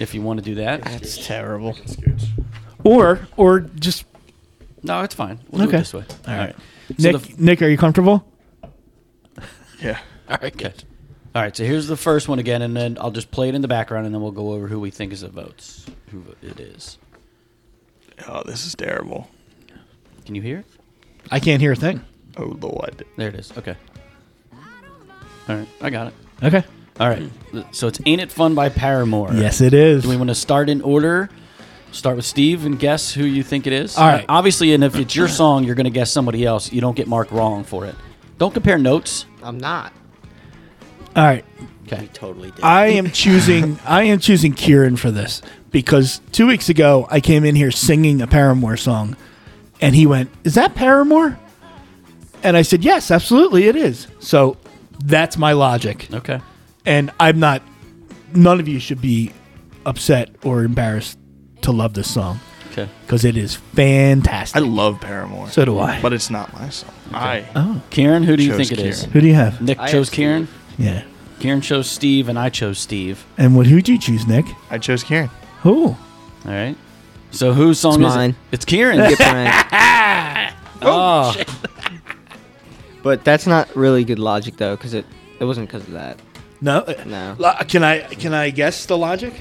Speaker 6: if you want to do that.
Speaker 5: That's terrible.
Speaker 1: Or or just
Speaker 6: No, it's fine. We'll do
Speaker 1: Okay.
Speaker 6: it this way.
Speaker 1: all right.
Speaker 6: So
Speaker 1: Nick, Nick, are you comfortable?
Speaker 4: Yeah.
Speaker 6: All right, good. All right, so here's the first one again, and then I'll just play it in the background, and then we'll go over who we think is the votes, who it is.
Speaker 4: Oh, this is terrible.
Speaker 6: Can you hear it?
Speaker 1: I can't hear a thing.
Speaker 4: Oh lord.
Speaker 6: There it is. Okay. All right, I got it.
Speaker 1: Okay.
Speaker 6: All right, so it's "Ain't It Fun" by Paramore.
Speaker 1: Yes, it is.
Speaker 6: Do we want to start in order? Start with Steve and guess who you think it is.
Speaker 1: All right.
Speaker 6: Obviously, and if it's your song, you're going to guess somebody else. You don't get marked wrong for it. Don't compare notes.
Speaker 5: I'm not.
Speaker 1: All right.
Speaker 6: Okay.
Speaker 10: Totally did.
Speaker 1: I am choosing I am choosing Kieran for this because two weeks ago I came in here singing a Paramore song and he went, Is that Paramore? And I said, Yes, absolutely it is. So that's my logic.
Speaker 6: Okay.
Speaker 1: And I'm not none of you should be upset or embarrassed to love this song.
Speaker 6: Okay.
Speaker 1: Because it is
Speaker 4: I
Speaker 1: fantastic.
Speaker 4: love Paramore.
Speaker 1: so Oh. do I.
Speaker 4: but it's not my song. I
Speaker 6: Kieran, who do you
Speaker 4: Chose
Speaker 6: think it is?
Speaker 1: Who do you have?
Speaker 6: Nick
Speaker 5: I
Speaker 6: chose
Speaker 5: have
Speaker 6: Kieran.
Speaker 1: Yeah.
Speaker 6: Kieran chose Steve, and I chose Steve.
Speaker 1: And what who'd you choose, Nick?
Speaker 4: I chose Kieran.
Speaker 1: Who?
Speaker 6: All right. So whose song
Speaker 5: It's
Speaker 6: is
Speaker 5: mine.
Speaker 6: it? It's Kieran.
Speaker 5: Get pranked.
Speaker 6: Oh,
Speaker 5: but that's not really good logic though, because it it wasn't because of that.
Speaker 1: No.
Speaker 5: No.
Speaker 1: Lo- Can I can I guess the logic?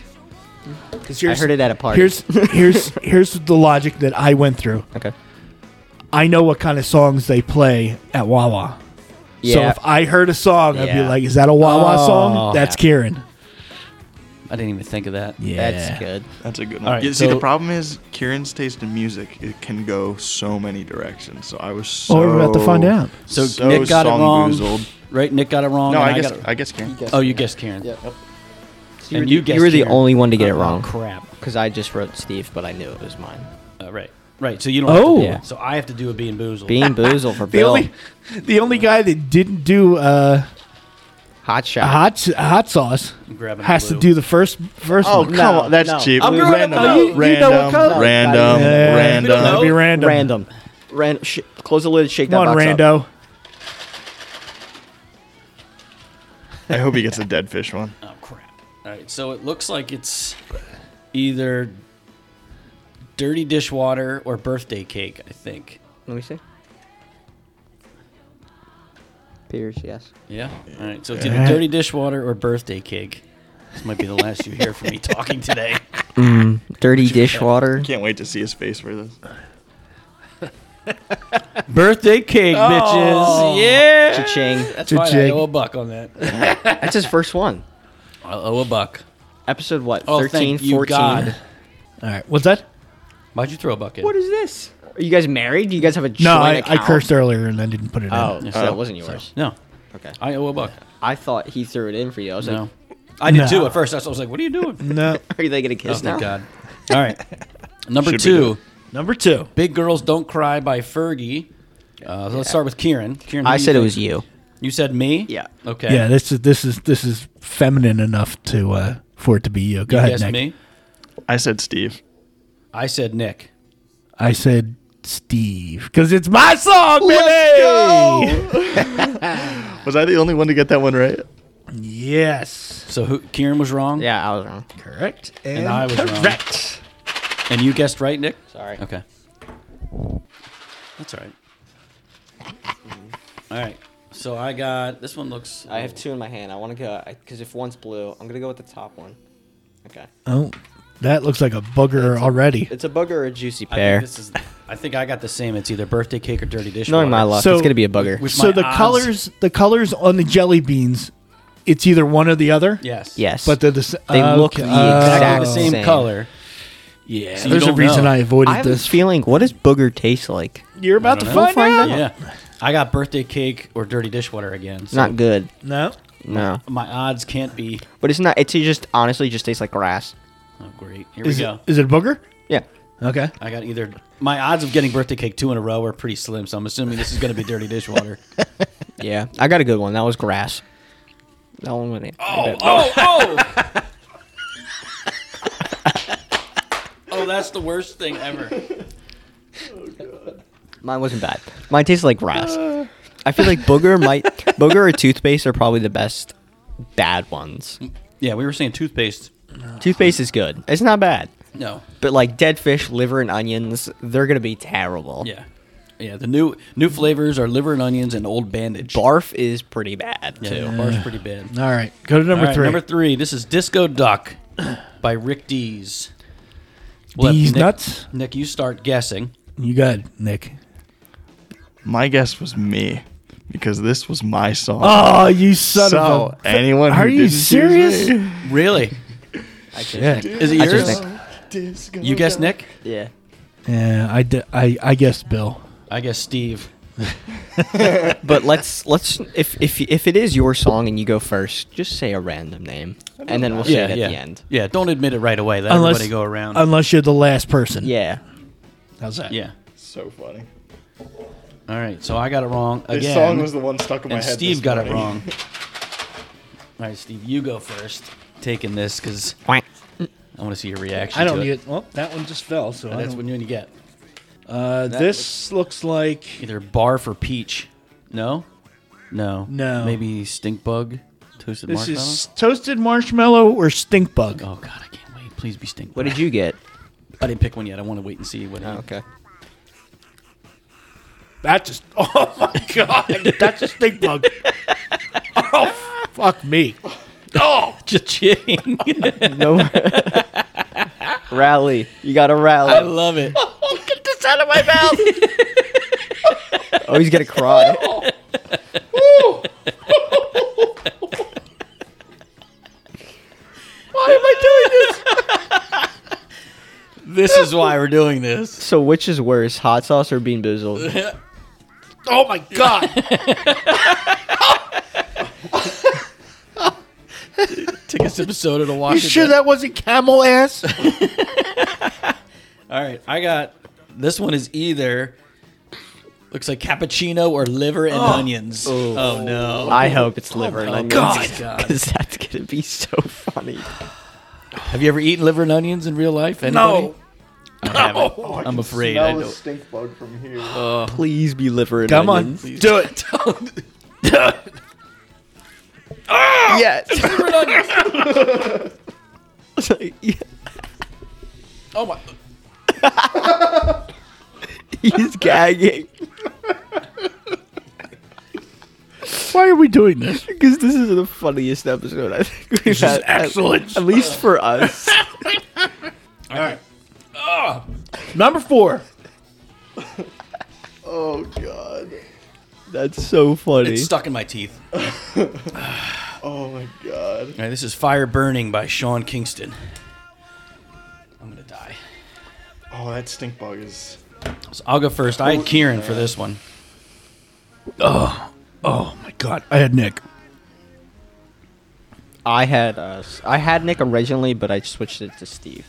Speaker 1: 'Cause
Speaker 5: I
Speaker 1: here's-
Speaker 5: heard it at a party.
Speaker 1: Here's here's here's the logic that I went through.
Speaker 5: okay.
Speaker 1: I know what kind of songs they play at Wawa. So
Speaker 5: Yeah.
Speaker 1: if I heard a song, I'd be
Speaker 5: Yeah.
Speaker 1: like, "Is that a Wawa
Speaker 6: Oh.
Speaker 1: song?" That's Kieran.
Speaker 6: I didn't even think of that.
Speaker 5: That's good.
Speaker 4: That's a good one.
Speaker 6: All right,
Speaker 4: You see,
Speaker 6: so-
Speaker 4: the problem is Kieran's taste in music it can go so many directions. So I was so.
Speaker 1: Well, we're about to find out.
Speaker 6: So, Nick got it wrong.
Speaker 4: song-boozled.
Speaker 6: Right? Nick got it wrong.
Speaker 4: Oh, No,
Speaker 6: and
Speaker 4: I, guess
Speaker 6: got it-
Speaker 4: I guess Kieran.
Speaker 6: oh, you guessed Kieran.
Speaker 5: you were,
Speaker 6: And
Speaker 5: the-
Speaker 6: you
Speaker 5: you
Speaker 6: guessed
Speaker 5: were the
Speaker 6: Kieran.
Speaker 5: only one to get it
Speaker 6: Oh,
Speaker 5: wrong.
Speaker 6: crap.
Speaker 5: Because I just wrote Steve, but I knew it was mine.
Speaker 6: Uh, right. Right. So you don't.
Speaker 1: Oh.
Speaker 6: Have to do
Speaker 1: Yeah.
Speaker 6: it. So I have to do a bean boozled.
Speaker 5: Bean Boozle for
Speaker 1: The
Speaker 5: Bill.
Speaker 1: only the only guy that didn't do uh,
Speaker 5: hot shot.
Speaker 1: hot hot sauce
Speaker 6: grabbing
Speaker 1: has
Speaker 6: the
Speaker 1: to
Speaker 6: blue.
Speaker 1: do the first first.
Speaker 4: Oh
Speaker 1: one.
Speaker 4: come on, that's cheap.
Speaker 1: I'm growing up
Speaker 4: random,
Speaker 1: now. You- you know what
Speaker 4: random,
Speaker 1: color.
Speaker 4: random,
Speaker 1: Yeah,
Speaker 4: random.
Speaker 1: that'd be random.
Speaker 5: Random. Ran- sh- close the lid, shake
Speaker 1: Come
Speaker 5: that
Speaker 1: on,
Speaker 5: box up.
Speaker 1: rando.
Speaker 4: I hope he gets a dead fish one.
Speaker 6: Oh crap! All right. So it looks like it's either dirty dishwater or birthday cake. I think.
Speaker 5: Let me see. Pierce, yes.
Speaker 6: Yeah. All right. So it's either dirty dishwater or birthday cake. This might be the last you hear from me talking today.
Speaker 5: Dirty dishwater.
Speaker 4: Can't wait to see his face for this.
Speaker 6: birthday cake,
Speaker 1: Oh.
Speaker 6: bitches. Oh, Yeah.
Speaker 5: Cha-ching.
Speaker 6: That's why I
Speaker 1: Cha-ching.
Speaker 6: owe a buck on that.
Speaker 5: That's his first one.
Speaker 6: I owe a buck.
Speaker 5: Episode what?
Speaker 6: Oh,
Speaker 5: 13,
Speaker 6: thank you,
Speaker 5: 14.
Speaker 6: God.
Speaker 1: All right, what's that?
Speaker 6: Why'd you throw a bucket?
Speaker 5: What is this? Are you guys married? Do you guys have a joint
Speaker 1: No, I, I
Speaker 5: account?
Speaker 1: cursed earlier and then didn't put it
Speaker 5: Oh,
Speaker 1: in.
Speaker 5: so that wasn't yours.
Speaker 6: no.
Speaker 5: Okay.
Speaker 6: I owe a buck.
Speaker 5: I thought he threw it in for you. I was
Speaker 6: No.
Speaker 5: like,
Speaker 6: I did
Speaker 1: No.
Speaker 6: too at first. I was like, what are you doing?
Speaker 1: No,
Speaker 5: are they going to
Speaker 6: Oh,
Speaker 5: kiss now?
Speaker 6: thank God. All right. Number
Speaker 4: Should we do
Speaker 6: two,
Speaker 1: number two.
Speaker 6: Big Girls Don't Cry by Fergie. Uh, so Let's start with Kieran. Kieran who
Speaker 5: I
Speaker 6: do you
Speaker 5: said it
Speaker 6: think?
Speaker 5: was you.
Speaker 6: You said me?
Speaker 5: Yeah.
Speaker 6: Okay.
Speaker 1: Yeah, this is this is this is feminine enough to uh, for it to be you. Go
Speaker 6: you
Speaker 1: ahead,
Speaker 6: guessed
Speaker 1: Nick.
Speaker 6: me.
Speaker 4: I said Steve.
Speaker 6: I said Nick.
Speaker 1: I said Steve because it's my song, baby.
Speaker 4: Was I the only one to get that one right?
Speaker 1: Yes,
Speaker 6: So who, Kieran was wrong?
Speaker 5: Yeah, I was wrong.
Speaker 1: correct.
Speaker 6: And I was wrong.
Speaker 1: correct.
Speaker 6: And you guessed right, Nick?
Speaker 5: Sorry.
Speaker 6: Okay. That's all right. All right. So I got this one looks.
Speaker 5: I have two in my hand. I want to go, because if one's blue, I'm going to go with the top one. Okay.
Speaker 1: Oh, that looks like a booger already.
Speaker 5: It's a bugger or a juicy
Speaker 6: I
Speaker 5: pear.
Speaker 6: Think this is, I think I got the same. It's either birthday cake or dirty dish.
Speaker 5: Knowing my luck,
Speaker 1: So-
Speaker 5: it's going to be a bugger.
Speaker 6: With
Speaker 1: So
Speaker 6: my
Speaker 1: the
Speaker 6: odds-
Speaker 1: colors, the colors on the jelly beans, it's either one or the other.
Speaker 6: Yes.
Speaker 5: yes.
Speaker 1: but they're the s- uh,
Speaker 5: They look the
Speaker 6: Exactly the
Speaker 5: Oh.
Speaker 6: same,
Speaker 5: Same.
Speaker 6: color. Yeah.
Speaker 1: There's a reason I avoided
Speaker 5: I have
Speaker 1: this.
Speaker 5: this feeling. What does booger taste like?
Speaker 1: You're about to
Speaker 6: don't know.
Speaker 1: find,
Speaker 5: We'll
Speaker 1: out.
Speaker 5: find
Speaker 6: Yeah. I got birthday cake or dirty dishwater again. So
Speaker 5: Not good.
Speaker 1: No,
Speaker 5: No.
Speaker 6: My odds can't be.
Speaker 5: But it's not. It's it just honestly just tastes like grass.
Speaker 6: Oh, great. Here
Speaker 1: is
Speaker 6: we
Speaker 1: it,
Speaker 6: go.
Speaker 1: is it a booger?
Speaker 5: Yeah.
Speaker 1: Okay.
Speaker 6: I got either. My odds of getting birthday cake two in a row are pretty slim, so I'm assuming this is going to be dirty dishwater.
Speaker 5: Yeah. I got a good one. That was grass. That one went in. Oh,
Speaker 6: Oh, oh! oh, that's the worst thing ever.
Speaker 5: Mine wasn't bad. Mine tasted like grass. I feel like booger might booger or toothpaste are probably the best bad ones.
Speaker 6: Yeah, we were saying toothpaste.
Speaker 5: Toothpaste is good. It's not bad.
Speaker 6: No.
Speaker 5: But like dead fish, liver, and onions, they're gonna be terrible.
Speaker 6: Yeah. Yeah. The new new flavors are liver and onions and old bandage.
Speaker 5: Barf is pretty bad
Speaker 6: Yeah,
Speaker 5: too.
Speaker 6: bar's pretty bad.
Speaker 1: All right, go to number
Speaker 6: All right,
Speaker 1: three.
Speaker 6: Number three. This is Disco Duck by Rick Dees. We'll have
Speaker 1: These
Speaker 6: Nick-
Speaker 1: nuts.
Speaker 6: Nick, you start guessing.
Speaker 1: You got it, Nick.
Speaker 4: My guess was me because this was my song.
Speaker 1: Oh, you son
Speaker 4: so
Speaker 1: of a.
Speaker 4: anyone who
Speaker 1: Are you
Speaker 4: didn't choose
Speaker 1: serious?
Speaker 4: me-
Speaker 6: Really?
Speaker 1: Shit.
Speaker 6: Is it
Speaker 5: I just
Speaker 6: yours? You guess Nick?
Speaker 5: Yeah.
Speaker 1: Yeah, I, d- I, I guessed Bill.
Speaker 6: I guess Steve.
Speaker 5: But let's let's if if if it is your song and you go first, just say a random name, and then we'll say it at
Speaker 6: yeah.
Speaker 5: the end.
Speaker 6: Yeah, don't admit it right away. Let everybody go around.
Speaker 1: Unless you're the last person.
Speaker 5: Yeah.
Speaker 1: How's that?
Speaker 6: yeah.
Speaker 4: So funny.
Speaker 6: All right, so I got it wrong again.
Speaker 4: This song was the one stuck in my
Speaker 6: and
Speaker 4: head.
Speaker 6: Steve
Speaker 4: this
Speaker 6: got it
Speaker 4: morning.
Speaker 6: wrong. All right, Steve, you go first. Taking this because
Speaker 5: Quack.
Speaker 6: I want to see your reaction.
Speaker 1: I don't
Speaker 6: to
Speaker 1: need
Speaker 6: it.
Speaker 1: it. Well, that one just fell, so
Speaker 6: And
Speaker 1: I
Speaker 6: that's
Speaker 1: don't-
Speaker 6: when you get
Speaker 1: uh, this looks like
Speaker 6: either barf or peach. No, no,
Speaker 1: No.
Speaker 6: Maybe stink bug, toasted
Speaker 1: this
Speaker 6: marshmallow.
Speaker 1: is toasted marshmallow or stink bug.
Speaker 6: oh God, I can't wait. Please be stink.
Speaker 5: What
Speaker 6: bug.
Speaker 5: did you Oh. get?
Speaker 6: I didn't pick one yet. I want to wait and see what. he-
Speaker 5: okay.
Speaker 1: That just oh my god, that's a stink bug. oh fuck me. Oh,
Speaker 6: Cha-ching.
Speaker 5: No. rally. You got to rally.
Speaker 6: I love it.
Speaker 1: get this out of my mouth.
Speaker 5: oh, he's gonna cry.
Speaker 6: This is why we're doing this.
Speaker 5: so which is worse, hot sauce or bean boozled?
Speaker 1: Oh my god.
Speaker 6: Take a sip of soda to wash
Speaker 1: You
Speaker 6: it.
Speaker 1: sure
Speaker 6: down.
Speaker 1: that wasn't camel ass?
Speaker 6: All right, I got this one is either looks like cappuccino or liver and onions. Oh no.
Speaker 5: I
Speaker 1: Oh
Speaker 5: hope it's liver and onions.
Speaker 6: God.
Speaker 5: Because that's gonna be so funny.
Speaker 6: Have you ever eaten liver and onions in real life? Anybody?
Speaker 1: No.
Speaker 6: I haven't. I'm afraid I don't.
Speaker 4: stink bug from here.
Speaker 5: Please be liver and
Speaker 1: Come on.
Speaker 5: onions.
Speaker 1: Do it.
Speaker 5: on. Yes.
Speaker 6: Oh my.
Speaker 5: He's gagging.
Speaker 1: Why are we doing this?
Speaker 5: Because this is the funniest episode I think we've
Speaker 1: This is
Speaker 5: had. at-
Speaker 1: excellent.
Speaker 5: At, least for us.
Speaker 1: Number four.
Speaker 4: Oh god.
Speaker 5: That's so funny.
Speaker 6: It's stuck in my teeth. All
Speaker 4: Oh my god.
Speaker 6: right, this is Fire Burning by Sean Kingston. I'm going to die.
Speaker 4: Oh, that stink bug is.
Speaker 6: So I'll go first. I had Kieran for this one.
Speaker 1: Oh my god. I had Nick.
Speaker 5: I had uh, I had Nick originally, but I switched it to Steve.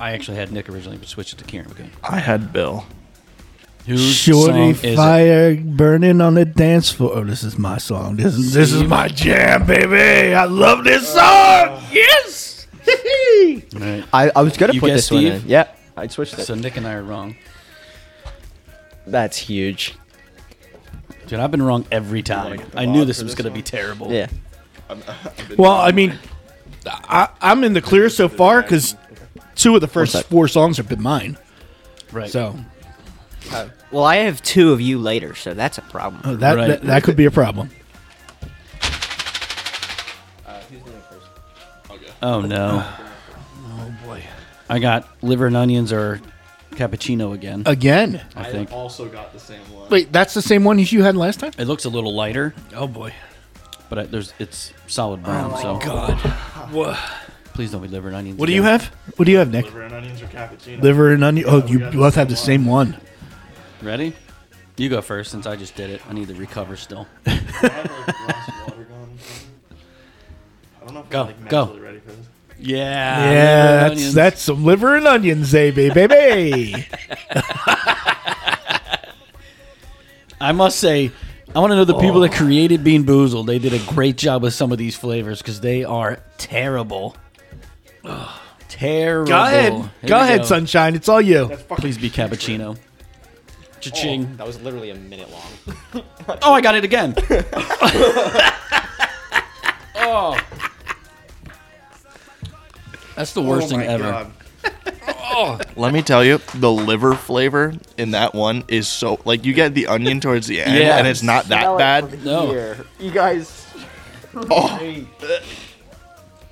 Speaker 6: I actually had Nick originally, but switched it to Kieran. Okay.
Speaker 4: I had Bill.
Speaker 6: Whose
Speaker 1: Shorty
Speaker 6: song is it?
Speaker 1: fire burning on the dance floor. Oh, this is my song. This is this is my jam, baby. I love this song. Yes.
Speaker 6: All right.
Speaker 5: I, I was gonna
Speaker 6: You
Speaker 5: put this
Speaker 6: guessed
Speaker 5: one
Speaker 6: Steve?
Speaker 5: in. Yeah, I switched it.
Speaker 6: So Nick and I are wrong.
Speaker 5: That's huge.
Speaker 6: Dude, I've been wrong every time. I knew this was going to be terrible.
Speaker 5: Yeah.
Speaker 1: well, I mean, I, I'm in the clear so far because two of the first
Speaker 5: sec.
Speaker 1: four songs have been mine.
Speaker 6: Right.
Speaker 1: So
Speaker 5: Well, I have two of you later, so that's a problem.
Speaker 1: uh, that,
Speaker 6: Right.
Speaker 1: that that could be a problem.
Speaker 6: Oh no.
Speaker 1: Oh boy.
Speaker 6: I got liver and onions or cappuccino again.
Speaker 1: Again.
Speaker 6: I think
Speaker 4: also got the same one.
Speaker 1: Wait, that's the same one as you had last time.
Speaker 6: it looks a little lighter,
Speaker 1: Oh boy.
Speaker 6: but I, there's it's solid brown. so
Speaker 1: Oh God. What,
Speaker 6: please don't be liver and onions.
Speaker 1: what do you have? What do you have, Nick?
Speaker 4: Liver and onions or cappuccino.
Speaker 1: Liver and onion. Oh, you
Speaker 4: got
Speaker 1: both
Speaker 4: the
Speaker 1: have the
Speaker 4: same
Speaker 1: same one.
Speaker 6: Ready? You go first since I just did it. I need to recover still.
Speaker 4: I don't know if
Speaker 6: Go, like, go. mentally
Speaker 4: ready for this.
Speaker 6: Yeah.
Speaker 1: Yeah, that's, that's some liver and onions, baby, baby.
Speaker 6: I must say, I want to know the people that created Bean Boozled. They did a great job with some of these flavors because they are terrible. Ugh, terrible.
Speaker 1: go ahead,
Speaker 6: Here we
Speaker 1: go ahead, sunshine. It's all you.
Speaker 6: Please be cappuccino. Cha-ching.
Speaker 5: Oh, That was literally a minute long.
Speaker 6: Oh, I got it again. oh. That's the worst thing
Speaker 2: my
Speaker 6: ever.
Speaker 2: God.
Speaker 4: Let me tell you, the liver flavor in that one is so like you get the onion towards the end,
Speaker 6: Yeah.
Speaker 4: and it's not that bad.
Speaker 6: No.
Speaker 5: You guys.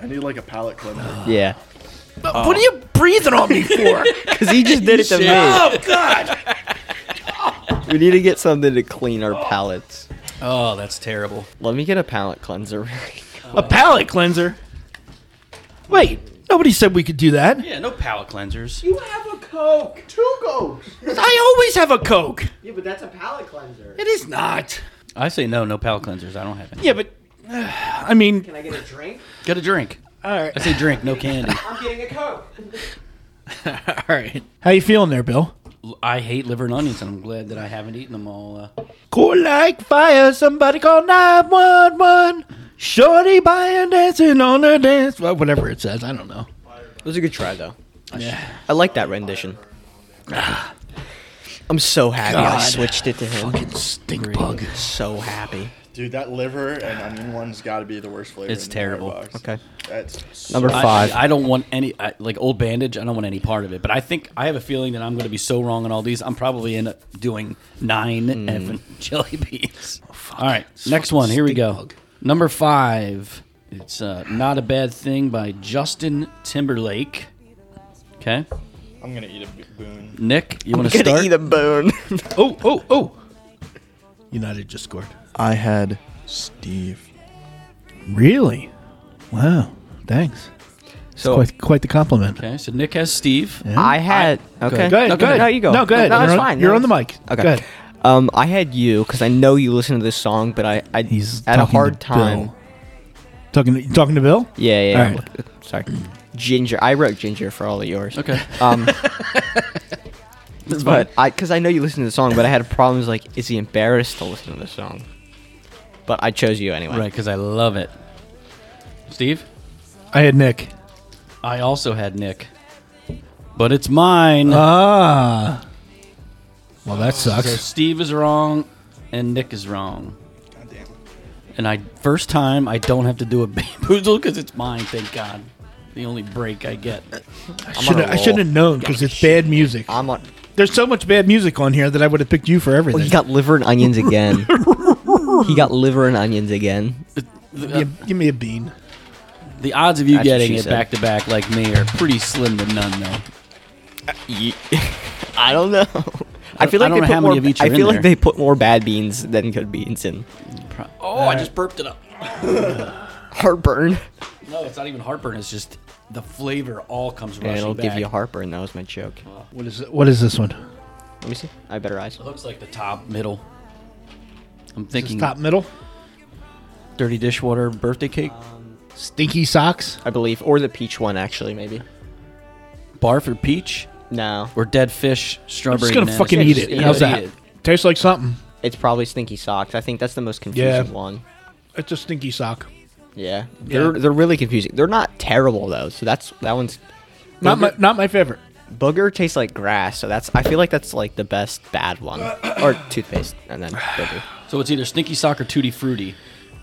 Speaker 2: I need like a palate cleanser.
Speaker 5: Yeah.
Speaker 1: What are you breathing on me for?
Speaker 5: Because he just did it to me. Oh, God. we need to get something to clean our palates.
Speaker 6: Oh, that's terrible.
Speaker 5: Let me get a palate cleanser.
Speaker 1: a palate cleanser. Wait, nobody said we could do that.
Speaker 6: Yeah, no palate cleansers.
Speaker 1: I always have a Coke.
Speaker 5: yeah, but that's a palate cleanser.
Speaker 1: It is not.
Speaker 6: I say no, no palate cleansers. I don't have any.
Speaker 1: Yeah, but uh, I mean,
Speaker 5: Can I get a drink?
Speaker 6: Get a drink.
Speaker 1: all right,
Speaker 6: I say drink, no candy.
Speaker 5: I'm getting a Coke.
Speaker 1: all right. How you feeling there, Bill?
Speaker 6: I hate liver and onions, and I'm glad that I haven't eaten them all. Uh,
Speaker 1: Cool like fire. Somebody call nine one one. Shorty by and dancing on the dance. Well, whatever it says, I don't know.
Speaker 5: It was a good try, though. I like that rendition. I'm so happy I switched it to him.
Speaker 1: Stink bug.
Speaker 5: so happy.
Speaker 2: Dude, that liver and onion one's got to be the worst flavor.
Speaker 6: It's
Speaker 2: in the entire
Speaker 6: terrible.
Speaker 2: box.
Speaker 5: Okay.
Speaker 2: That's so-
Speaker 5: Number
Speaker 6: I-
Speaker 5: five.
Speaker 6: I, I don't want any I, like old bandage. I don't want any part of it. But I think I have a feeling that I'm going to be so wrong on all these. I'm probably end up doing nine
Speaker 5: Hmm.
Speaker 6: effing jelly beans.
Speaker 1: Oh,
Speaker 6: all right, next one. Here we go. Number five. It's uh, not a bad thing by Justin Timberlake. Okay,
Speaker 2: I'm gonna eat a boon.
Speaker 6: Nick, you want to
Speaker 5: Gonna
Speaker 6: start?
Speaker 5: eat a bone.
Speaker 1: Oh, oh, oh. United just scored.
Speaker 4: I had Steve.
Speaker 1: Really? Oh. Wow. Thanks.
Speaker 5: so
Speaker 1: Quite, quite the compliment.
Speaker 6: okay, so Nick has Steve.
Speaker 5: I had okay.
Speaker 1: Go ahead.
Speaker 5: No,
Speaker 1: go ahead.
Speaker 5: No, you go.
Speaker 1: No, go ahead.
Speaker 5: No,
Speaker 1: you're
Speaker 5: it's
Speaker 1: on,
Speaker 5: fine.
Speaker 1: You're
Speaker 5: No,
Speaker 1: on the
Speaker 5: it's-
Speaker 1: mic.
Speaker 5: Okay.
Speaker 1: Go ahead.
Speaker 5: Um, I had you because I know you listen to this song, but I, I
Speaker 1: He's
Speaker 5: had a
Speaker 1: talking
Speaker 5: hard
Speaker 1: to
Speaker 5: time.
Speaker 1: Bill. Talking to, you talking to Bill?
Speaker 5: Yeah, yeah.
Speaker 1: All
Speaker 5: yeah. Sorry, Ginger. I wrote Ginger for all of yours.
Speaker 6: Okay,
Speaker 5: Um,
Speaker 6: that's fine.
Speaker 5: but I because I know you listen to the song, but I had problems like, is he embarrassed to listen to the song? But I chose you anyway.
Speaker 6: right because I love it. Steve,
Speaker 1: I had Nick.
Speaker 6: I also had Nick, but it's mine.
Speaker 5: Uh,
Speaker 1: Ah. Well, that
Speaker 6: So
Speaker 1: sucks.
Speaker 6: Steve is wrong, and Nick is wrong. And I first time I don't have to do a bamboozle because it's mine. Thank God. The only break I get.
Speaker 1: Should I
Speaker 5: roll.
Speaker 1: should have known because it's bad music.
Speaker 5: I'm on.
Speaker 1: There's so much bad music on here that I would have picked you for
Speaker 5: Oh, he
Speaker 1: everything.
Speaker 5: got liver and onions again. he got liver and onions again.
Speaker 1: Yeah, give me a bean.
Speaker 6: The odds of you
Speaker 5: That's what
Speaker 6: getting
Speaker 5: she
Speaker 6: it
Speaker 5: said.
Speaker 6: back to back like me are pretty slim to none, though.
Speaker 5: I don't know. I feel
Speaker 6: I
Speaker 5: like
Speaker 6: don't know how
Speaker 5: they put
Speaker 6: many
Speaker 5: more.
Speaker 6: of each are
Speaker 5: I
Speaker 6: in
Speaker 5: feel like
Speaker 6: there.
Speaker 5: they put more bad beans than good beans in.
Speaker 6: Oh, I just burped it up.
Speaker 5: Heartburn.
Speaker 6: No, it's not even heartburn. It's just the flavor all comes rushing
Speaker 5: Yeah, it'll
Speaker 6: back.
Speaker 5: give you heartburn. That was my joke.
Speaker 1: What is what is this one?
Speaker 5: Let me see. I have better eyes.
Speaker 6: It looks like the top middle. I'm
Speaker 1: Is
Speaker 6: thinking
Speaker 1: this top middle?
Speaker 6: dirty dishwater birthday cake,
Speaker 1: Stinky socks.
Speaker 5: I believe, or the peach one actually, maybe.
Speaker 6: barf or peach,
Speaker 5: No,
Speaker 6: or dead fish
Speaker 1: I'm
Speaker 6: strawberry.
Speaker 1: just gonna
Speaker 6: banana
Speaker 1: fucking
Speaker 6: split.
Speaker 1: eat
Speaker 5: just
Speaker 1: it.
Speaker 5: eat
Speaker 1: How's
Speaker 5: it.
Speaker 1: that?
Speaker 6: Eat it.
Speaker 1: Tastes like something.
Speaker 5: it's probably stinky socks. I think that's the most confusing
Speaker 1: Yeah.
Speaker 5: one.
Speaker 1: It's a stinky sock.
Speaker 5: Yeah, they're they're really confusing. They're not terrible though, so that's that one's.
Speaker 1: Not my not my favorite.
Speaker 5: Booger tastes like grass, so that's. I feel like that's like the best bad one, or toothpaste, and then booger.
Speaker 6: So it's either stinky sock or tutti frutti.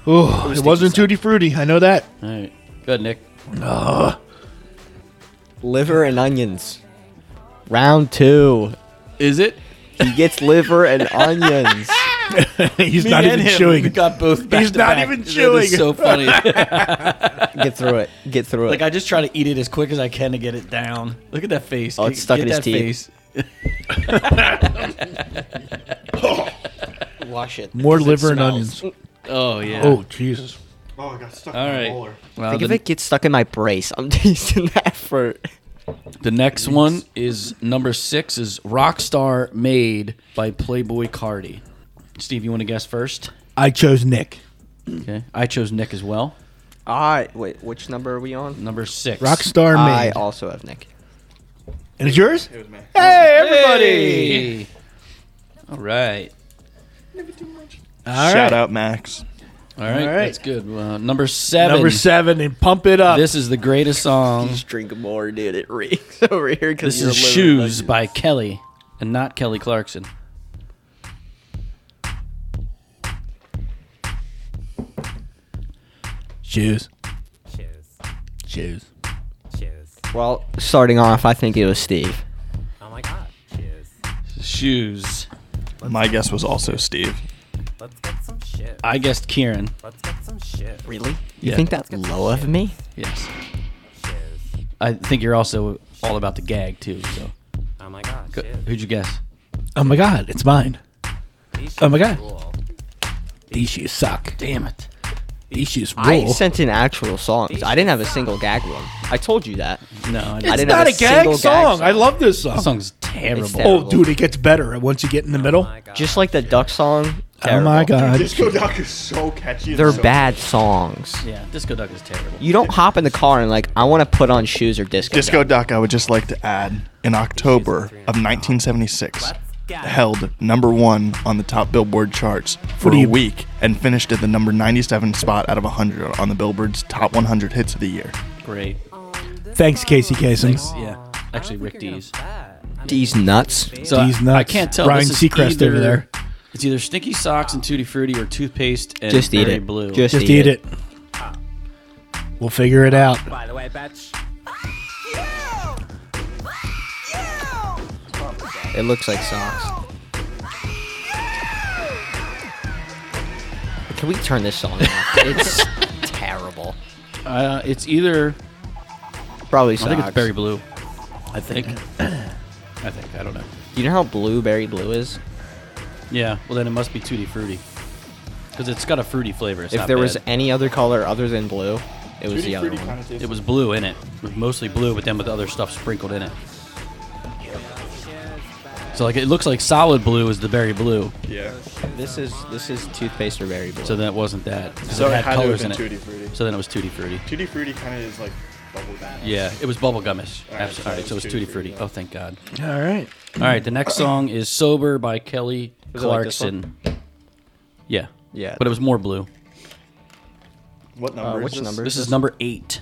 Speaker 1: Oh, it, was not tutti frutti. I know that.
Speaker 6: All right, good Nick.
Speaker 5: Liver and onions. Round two.
Speaker 6: Is it?
Speaker 5: He gets liver and onions.
Speaker 1: He's not even chewing.
Speaker 6: got both.
Speaker 1: He's
Speaker 6: to
Speaker 1: not even
Speaker 6: That is
Speaker 1: chewing.
Speaker 6: so funny.
Speaker 5: Get through it. Get through it.
Speaker 6: like I just try to eat it as quick as I can to get it down. Look at that face.
Speaker 5: Oh, it's stuck
Speaker 6: Get
Speaker 5: in his
Speaker 6: that
Speaker 5: teeth.
Speaker 6: face.
Speaker 5: wash it.
Speaker 1: More liver and onions.
Speaker 6: Oh yeah.
Speaker 1: Oh Jesus!
Speaker 2: Oh, I got stuck
Speaker 6: All
Speaker 2: in my
Speaker 6: right.
Speaker 2: molar.
Speaker 6: Well,
Speaker 5: Think if
Speaker 6: the,
Speaker 5: it gets stuck in my brace. I'm tasting that for.
Speaker 6: the next one is number six is Rockstar Made by Playboy Cardi. Steve, you want to guess first?
Speaker 1: I chose Nick.
Speaker 6: Okay. I chose Nick as well.
Speaker 5: I wait. Which number are we on?
Speaker 6: Number six.
Speaker 1: Rockstar
Speaker 5: I
Speaker 1: made.
Speaker 5: also have Nick.
Speaker 1: and it's yours.
Speaker 2: It was me.
Speaker 1: Hey everybody!
Speaker 6: Hey! All right.
Speaker 1: All
Speaker 4: Shout
Speaker 1: right.
Speaker 4: out Max.
Speaker 6: All right.
Speaker 1: All right.
Speaker 6: That's good. Uh, number seven.
Speaker 1: Number seven and pump it up.
Speaker 6: This is the greatest song.
Speaker 5: Just drink more, dude. It reeks over here because
Speaker 6: This is Shoes by Kelly, and not Kelly Clarkson.
Speaker 1: shoes.
Speaker 9: Cheers.
Speaker 1: Shoes.
Speaker 9: Cheers.
Speaker 5: Well, starting off, I think it was Steve.
Speaker 9: Oh my god. Cheers.
Speaker 6: Shoes.
Speaker 4: My guess was also Steve.
Speaker 9: Let's get some shit.
Speaker 6: I guessed Kieran.
Speaker 9: Let's get some shit.
Speaker 5: Really? You
Speaker 6: Yeah.
Speaker 5: think that's low of me?
Speaker 6: Yes.
Speaker 9: Cheers.
Speaker 6: I think you're also all about the gag too. So,
Speaker 9: Oh my god.
Speaker 6: Go-
Speaker 9: Cheers.
Speaker 6: who'd you guess?
Speaker 1: Oh my god, it's mine.
Speaker 9: These
Speaker 1: Oh my
Speaker 9: shits
Speaker 1: God.
Speaker 9: rule.
Speaker 1: These shoes suck. Damn it. These shoes rule.
Speaker 5: I sent in actual songs. I didn't have a single gag one. I told you that.
Speaker 6: No, I
Speaker 5: I
Speaker 6: didn't.
Speaker 1: it's
Speaker 5: didn't
Speaker 1: not
Speaker 5: have
Speaker 1: a
Speaker 5: a
Speaker 1: gag
Speaker 5: single
Speaker 1: song.
Speaker 5: gag
Speaker 1: I
Speaker 5: song.
Speaker 1: love this song.
Speaker 6: That song's terrible.
Speaker 5: It's terrible.
Speaker 1: Oh, dude, it gets better once you get in the middle.
Speaker 9: Oh My god.
Speaker 5: Just like the Duck song.
Speaker 1: Oh my
Speaker 5: terrible.
Speaker 1: god.
Speaker 4: Disco Duck is so catchy. and
Speaker 5: They're
Speaker 4: so-
Speaker 5: bad songs.
Speaker 6: Yeah, Disco Duck is terrible.
Speaker 5: You don't hop in the car and like, I want to put on shoes or disco.
Speaker 4: Disco Duck, I would just like to add, in October of 1976, held number one on the top Billboard charts for
Speaker 1: do
Speaker 4: a
Speaker 1: you-
Speaker 4: week and finished at the number 97 spot out of 100 on the Billboard's top 100 hits of the year.
Speaker 6: Great.
Speaker 1: Thanks, Casey Kasem.
Speaker 6: Thanks. Yeah. Actually, Rick D's.
Speaker 5: These nuts.
Speaker 6: So I-
Speaker 1: D's
Speaker 6: I,
Speaker 1: nuts.
Speaker 6: can't tell.
Speaker 1: Ryan
Speaker 6: this is
Speaker 1: Seacrest over
Speaker 6: either-
Speaker 1: there.
Speaker 6: It's either Stinky Socks and Tutti Frutti or toothpaste and
Speaker 5: Just eat
Speaker 6: Berry
Speaker 5: it.
Speaker 6: Blue.
Speaker 5: Just,
Speaker 1: Just eat it. We'll figure it out.
Speaker 9: By the way, bitch.
Speaker 5: it. It looks like songs. Can we turn this song off? It's terrible.
Speaker 6: Uh, it's either.
Speaker 5: Probably
Speaker 6: I
Speaker 5: socks.
Speaker 6: think it's Berry Blue. I think. I think. I don't know.
Speaker 5: You know how blueberry blue is?
Speaker 6: Yeah. Well, then it must be Tutti Frutti. Because it's got a fruity flavor. It's
Speaker 5: if
Speaker 6: not
Speaker 5: there was
Speaker 6: bad.
Speaker 5: any other color other than blue, it was the other one.
Speaker 6: It was blue in it. It was mostly blue, but then with other stuff sprinkled in it. So like it looks like solid blue is the berry blue.
Speaker 5: This is this is toothpaste or berry blue.
Speaker 6: So then it wasn't that. 'cause
Speaker 4: So
Speaker 6: it
Speaker 4: it
Speaker 6: had
Speaker 4: had to have
Speaker 6: colors
Speaker 4: been
Speaker 6: in it.
Speaker 4: Tutti Frutti.
Speaker 6: So then it was tutti frutti.
Speaker 4: Tutti Frutti kind of is like bubble
Speaker 6: Yeah, it was bubblegumish. All
Speaker 4: All right,
Speaker 6: right,
Speaker 4: so
Speaker 6: All right,
Speaker 4: it
Speaker 6: so
Speaker 4: was
Speaker 6: it was tutti
Speaker 4: Tutti
Speaker 6: frutti. Oh, thank God.
Speaker 1: All right.
Speaker 6: All right, the next song is "Sober" by Kelly
Speaker 5: it like this
Speaker 6: Clarkson. yeah.
Speaker 5: Yeah.
Speaker 6: But it was more blue.
Speaker 4: What number
Speaker 5: uh, which number?
Speaker 6: This is number eight.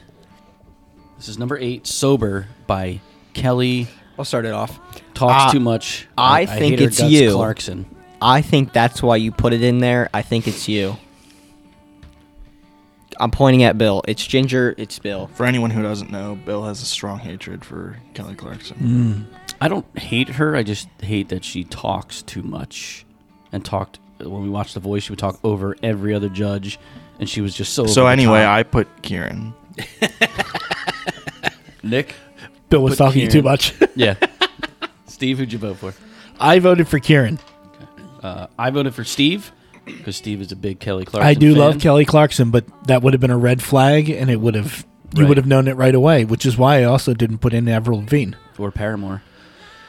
Speaker 6: This is number eight. "Sober" by Kelly.
Speaker 5: I'll start it off.
Speaker 6: Talks
Speaker 5: Uh,
Speaker 6: too much.
Speaker 5: I
Speaker 6: hate
Speaker 5: think
Speaker 6: her
Speaker 5: it's
Speaker 6: guts,
Speaker 5: you.
Speaker 6: Clarkson.
Speaker 5: I think that's why you put it in there. I think it's you. I'm pointing at Bill. It's Ginger. It's Bill.
Speaker 4: For anyone who doesn't know, Bill has a strong hatred for Kelly Clarkson.
Speaker 6: Mm. I don't hate her. I just hate that she talks too much, and talked when we watched The Voice. She would talk over every other judge, and she was just so.
Speaker 4: So
Speaker 6: over the
Speaker 4: anyway,
Speaker 6: top.
Speaker 4: I put Kieran.
Speaker 6: Nick,
Speaker 1: Bill was
Speaker 6: Put
Speaker 1: talking
Speaker 6: Kieran.
Speaker 1: too much.
Speaker 6: yeah, Steve, who'd you vote for?
Speaker 1: I voted for Kieran.
Speaker 6: Uh, I voted for Steve because Steve is a big Kelly Clarkson.
Speaker 1: I do
Speaker 6: fan.
Speaker 1: love Kelly Clarkson, but that would have been a red flag, and it would have you
Speaker 6: Right.
Speaker 1: would have known it right away, which is why I also didn't put in Avril Lavigne.
Speaker 6: or Paramore.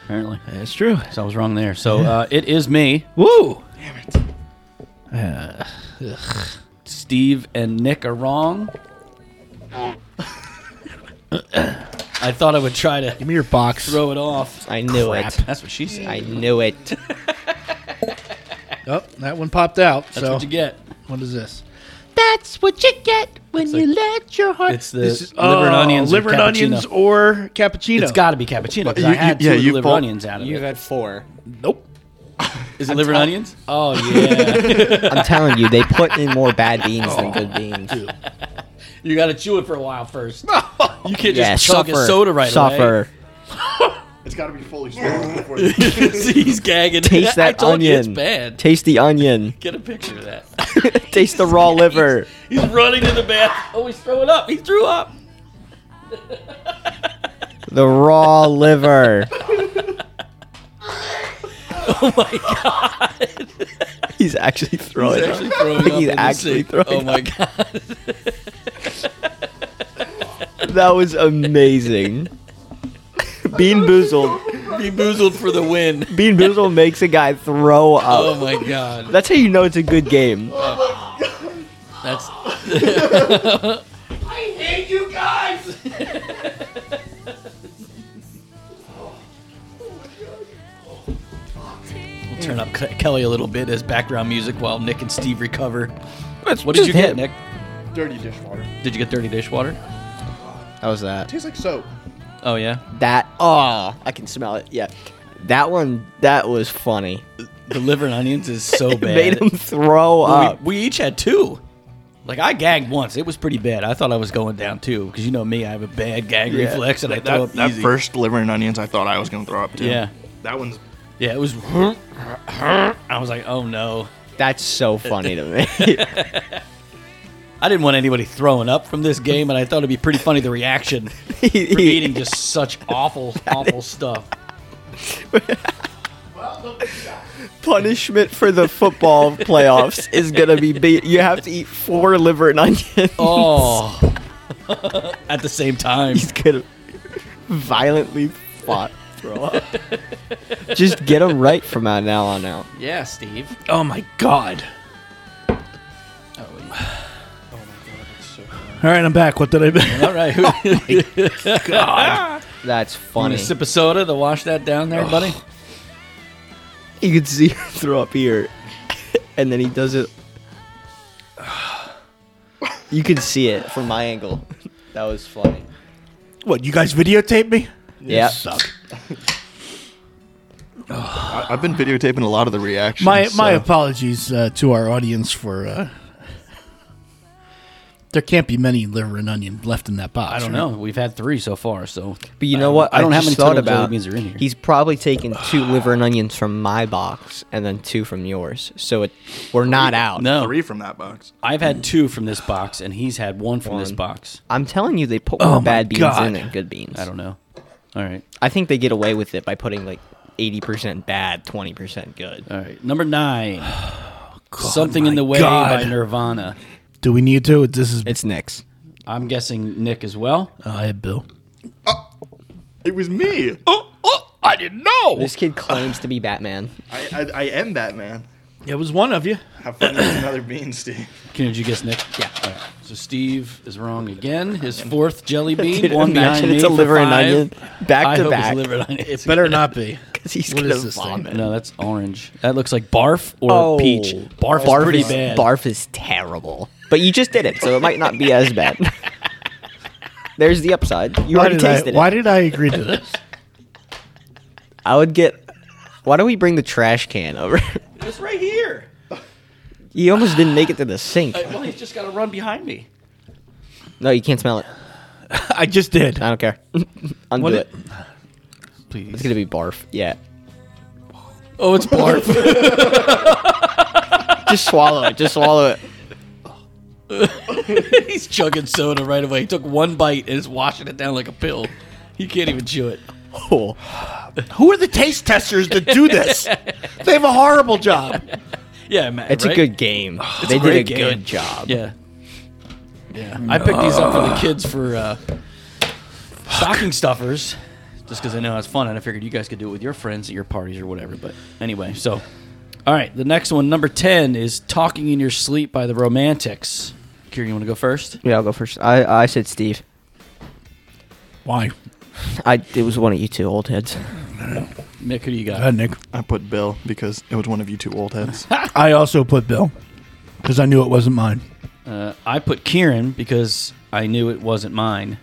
Speaker 6: Apparently,
Speaker 1: That's true.
Speaker 6: so I was wrong there. So uh, it is me.
Speaker 1: Woo!
Speaker 6: Steve and Nick are wrong. I thought I would try to
Speaker 1: Give me your box.
Speaker 6: throw it off.
Speaker 5: I knew it.
Speaker 6: That's what she said.
Speaker 5: I knew it.
Speaker 1: Oh, that one popped out.
Speaker 6: That's
Speaker 1: so
Speaker 6: what you get.
Speaker 1: what is this? That's what you get when you let your heart.
Speaker 6: It's the
Speaker 1: This uh,
Speaker 6: liver and onions or
Speaker 1: liver and onions
Speaker 6: cappuccino.
Speaker 1: or cappuccino.
Speaker 6: It's got to be cappuccino because
Speaker 4: you-
Speaker 6: I had
Speaker 4: you- yeah,
Speaker 6: two of the
Speaker 4: you
Speaker 6: liver
Speaker 4: bought-
Speaker 6: onions out of
Speaker 5: You
Speaker 6: it.
Speaker 5: had four.
Speaker 1: nope.
Speaker 6: Is it liver and onions? Oh yeah,
Speaker 5: I'm telling you, they put in more bad beans than good beans.
Speaker 6: you got to chew it for a while first. You can't just
Speaker 5: Yeah,
Speaker 6: chug
Speaker 5: suffer.
Speaker 6: a soda right
Speaker 5: suffer.
Speaker 4: It's got to be fully smoked before
Speaker 6: away. He's gagging.
Speaker 5: Taste
Speaker 6: I
Speaker 5: that
Speaker 6: told
Speaker 5: onion.
Speaker 6: You it's bad.
Speaker 5: Taste the onion.
Speaker 6: Get a picture of that.
Speaker 5: Taste the raw liver.
Speaker 6: He's running to the bath. Oh, he's throwing up. He threw up.
Speaker 5: The raw liver. Oh my god. He's actually throwing
Speaker 6: Oh He's
Speaker 5: it.
Speaker 6: actually throwing
Speaker 5: He's
Speaker 6: up. in the
Speaker 5: actually
Speaker 6: sink.
Speaker 5: throwing
Speaker 6: Oh my god.
Speaker 5: That was amazing. Bean Boozled.
Speaker 6: He boozled for the win.
Speaker 5: Bean Boozled makes a guy throw
Speaker 6: Oh
Speaker 5: up.
Speaker 6: my god.
Speaker 5: That's how you know it's a good game.
Speaker 6: That's We'll turn up Ke- Kelly a little bit as background music while Nick and Steve recover. what did you get, Nick?
Speaker 4: dirty dishwater.
Speaker 6: Did you get dirty dishwater?
Speaker 5: How was that?
Speaker 4: Tastes like soap.
Speaker 6: Oh yeah.
Speaker 5: That oh I can smell it. Yeah. That one that was funny.
Speaker 6: The liver and onions is so bad.
Speaker 5: Made him throw
Speaker 6: Well,
Speaker 5: up.
Speaker 6: we, we each had two. Like I gagged once. It was pretty bad. I thought I was going down too because you know me, I have a bad gag
Speaker 4: Yeah.
Speaker 6: reflex and I
Speaker 4: That,
Speaker 6: throw up
Speaker 4: that
Speaker 6: easy.
Speaker 4: first liver and onions, I thought I was gonna throw up too.
Speaker 6: Yeah.
Speaker 4: that one's
Speaker 6: Yeah, it was. I was like, oh no.
Speaker 5: That's so funny to me.
Speaker 6: I didn't want anybody throwing up from this game, and I thought it'd be pretty funny the reaction for eating just such awful, awful stuff.
Speaker 5: Punishment for the football playoffs is gonna be, be you have to eat four liver and onions.
Speaker 6: Oh, at the same time,
Speaker 5: He's gonna violently fought throw up. Just get him right from now on out.
Speaker 6: yeah, Steve.
Speaker 1: Oh my god. All right, I'm back. What did I miss?
Speaker 6: All right, you
Speaker 5: That's
Speaker 6: want
Speaker 5: funny.
Speaker 6: a sip of soda to wash that down there, buddy?
Speaker 5: You could see him throw up here, and then he does it. You can see it from my angle. That was funny.
Speaker 1: What, you guys videotape me?
Speaker 5: Yeah.
Speaker 1: Suck.
Speaker 4: I, I've been videotaping a lot of the reactions.
Speaker 1: My my
Speaker 4: so-
Speaker 1: apologies uh, to our audience for. Uh, there can't be many liver and onion left in that box.
Speaker 6: I don't
Speaker 1: right?
Speaker 6: know. We've had three so far, so
Speaker 5: But you know what?
Speaker 6: I don't have
Speaker 5: just
Speaker 6: any
Speaker 5: thought
Speaker 6: total jelly
Speaker 5: about.
Speaker 6: beans are in here.
Speaker 5: He's probably taken two liver and onions from my box and then two from yours. So it, we're not out.
Speaker 6: no.
Speaker 4: three from that box.
Speaker 6: I've had two from this box, and he's had one from this box.
Speaker 5: I'm telling you, they put more
Speaker 1: my
Speaker 5: bad beans
Speaker 1: God.
Speaker 5: in than good beans.
Speaker 6: Oh I don't know. All right,
Speaker 5: I think they get away with it by putting like 80% bad, 20% good.
Speaker 6: all right. Number nine,
Speaker 5: Oh,
Speaker 6: something in
Speaker 1: my
Speaker 6: the way
Speaker 1: God.
Speaker 6: by Nirvana.
Speaker 1: Do we need to? This is.
Speaker 5: It's Nick's.
Speaker 6: I'm guessing Nick as well.
Speaker 1: Oh, I had Bill.
Speaker 4: It was me. Oh, oh I didn't know.
Speaker 5: This kid claims to be Batman.
Speaker 4: I, I, I am Batman.
Speaker 1: It was one of you.
Speaker 4: Have fun with another bean, Steve.
Speaker 6: Can did you guess Nick? Yeah. So Steve is wrong again. His fourth jelly bean.
Speaker 5: Dude,
Speaker 6: one
Speaker 5: imagine
Speaker 6: behind
Speaker 5: it's
Speaker 6: me
Speaker 5: a
Speaker 6: for
Speaker 5: liver and
Speaker 6: five.
Speaker 5: onion back
Speaker 6: I
Speaker 5: to
Speaker 6: hope it's
Speaker 5: back.
Speaker 6: liver and onion.
Speaker 1: Better not be.
Speaker 5: He's
Speaker 1: What
Speaker 5: gonna
Speaker 1: is this thing?
Speaker 5: vomit.
Speaker 6: No, that's orange. That looks like barf or peach. Barf, is pretty
Speaker 5: is,
Speaker 6: bad.
Speaker 5: Oh, Barf is terrible. But you just did it, so it might not be as bad. There's the upside. You
Speaker 1: Why
Speaker 5: already
Speaker 1: did, I,
Speaker 5: tasted
Speaker 1: why
Speaker 5: it.
Speaker 1: did I agree to this?
Speaker 5: I would get. Why don't we bring the trash can over?
Speaker 6: It's right here. Uh,
Speaker 5: you almost didn't make it to the sink.
Speaker 6: Well, he's just got to run behind me.
Speaker 5: No, you can't smell it.
Speaker 1: I just did.
Speaker 5: I don't care. Undo
Speaker 1: What
Speaker 5: it.
Speaker 1: it-
Speaker 6: Please.
Speaker 5: It's gonna be barf. Yeah.
Speaker 6: oh, it's barf.
Speaker 5: Just swallow it. Just swallow it.
Speaker 6: he's chugging soda right away. He took one bite and is washing it down like a pill. He can't even chew it.
Speaker 5: Oh.
Speaker 1: Who are the taste testers that do this? they have a horrible job.
Speaker 6: Yeah, man.
Speaker 5: It's a
Speaker 6: right? Oh,
Speaker 5: good game. they did a
Speaker 6: great game.
Speaker 5: good job.
Speaker 6: Yeah. Yeah. I picked these up for the kids for uh, stocking stuffers just because I know it's fun and I figured you guys could do it with your friends at your parties or whatever. But anyway, so. All right, the next one, number 10, is Talking in Your Sleep by the Romantics. Kieran, you want to go first?
Speaker 5: Yeah, I'll go first. I I said Steve.
Speaker 1: Why?
Speaker 5: I it was one of you two old heads.
Speaker 6: Mick, who do you
Speaker 1: Go
Speaker 6: got?
Speaker 1: ahead, Uh, Nick.
Speaker 4: I put Bill because it was one of you two old heads.
Speaker 1: I also put Bill because I knew it wasn't mine.
Speaker 6: Uh, I put Kieran because I knew it wasn't mine.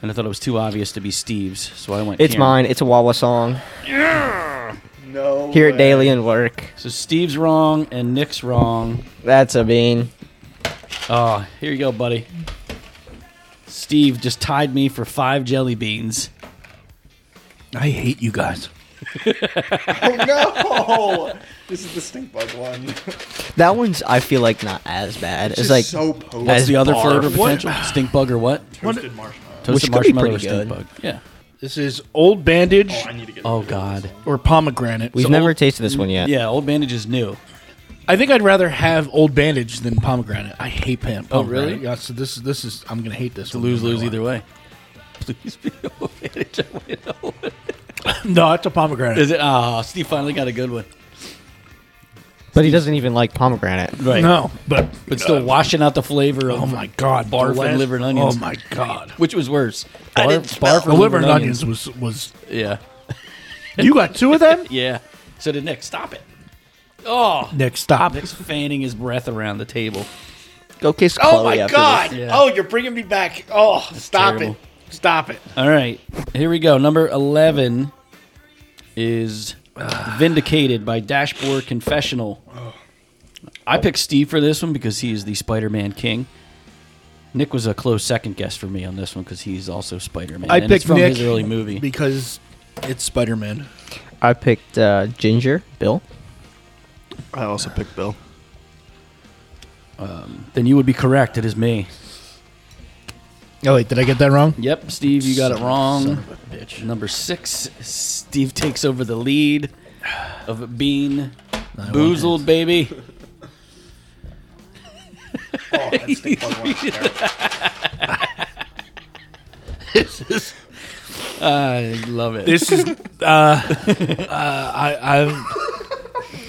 Speaker 6: And I thought it was too obvious to be Steve's, so I went
Speaker 5: It's
Speaker 6: Kieran.
Speaker 5: mine. It's a Wawa song. no. Here at Daily and Work.
Speaker 6: So Steve's wrong and Nick's wrong.
Speaker 5: That's a bean.
Speaker 6: Oh, here you go, buddy. Steve just tied me for five jelly beans.
Speaker 1: I hate you guys.
Speaker 4: no, this is the stink bug one.
Speaker 5: That one's I feel like not as bad. It's, like
Speaker 4: potent.
Speaker 6: What's
Speaker 5: as
Speaker 6: the other
Speaker 5: barf.
Speaker 6: flavor potential? Stink bug or what?
Speaker 4: Toasted marshmallow.
Speaker 6: Toasted
Speaker 5: Which could be
Speaker 6: marshmallow or
Speaker 5: pretty
Speaker 6: stink bug?
Speaker 5: good.
Speaker 6: Yeah.
Speaker 1: This is Old Bandage
Speaker 4: I need to get.
Speaker 6: Oh God.
Speaker 1: or Pomegranate.
Speaker 5: We've
Speaker 1: So
Speaker 5: never
Speaker 1: Old-
Speaker 5: tasted this one yet.
Speaker 6: Yeah, old bandage is new.
Speaker 1: I think I'd rather have Old Bandage than Pomegranate. I hate pan- Pomegranate.
Speaker 6: Oh, really?
Speaker 1: Yeah, so this, this is, I'm going to hate this.
Speaker 6: Lose lose either way. Please be old bandage. I want an old bandage.
Speaker 1: No, it's a pomegranate.
Speaker 6: Is it? Ah, Steve finally got a good one.
Speaker 5: But he doesn't even like pomegranate.
Speaker 6: Right.
Speaker 1: No, but uh,
Speaker 6: But still washing out the flavor of
Speaker 1: oh my god, the
Speaker 6: barf
Speaker 1: last-
Speaker 6: and liver and onions.
Speaker 1: Oh my god,
Speaker 6: Which was worse?
Speaker 1: I
Speaker 6: Barf,
Speaker 1: didn't smell-
Speaker 6: barf
Speaker 1: the
Speaker 6: or
Speaker 1: liver and onions was was.
Speaker 6: Yeah.
Speaker 1: You got two of them.
Speaker 6: Yeah. So did Nick. Stop it. Oh.
Speaker 1: Nick, stop.
Speaker 6: Nick's fanning his breath around the table.
Speaker 5: Go kiss Chloe.
Speaker 1: Oh my
Speaker 5: after
Speaker 1: god!
Speaker 6: this. Yeah.
Speaker 1: Oh, you're bringing me back. Oh, stop
Speaker 6: terrible.
Speaker 1: it! Stop it!
Speaker 6: All right, here we go. Number eleven is "Vindicated" by Dashboard Confessional. I picked Steve for this one because he is the Spider-Man king. Nick was a close second guess for me on this one because he's also Spider-Man.
Speaker 1: I
Speaker 6: and it's
Speaker 1: picked
Speaker 6: from
Speaker 1: Nick
Speaker 6: his early movie.
Speaker 1: because it's Spider Man.
Speaker 5: I picked uh, Ginger Bill.
Speaker 4: I also picked Bill.
Speaker 6: then you would be correct. It is me.
Speaker 1: Oh wait, did I get that wrong?
Speaker 6: Yep, Steve, you got it wrong.
Speaker 1: Son of a bitch.
Speaker 6: Number six, Steve takes over the lead of Bean Boozled, baby.
Speaker 1: Oh,
Speaker 6: I love it.
Speaker 1: This is uh, uh I I'm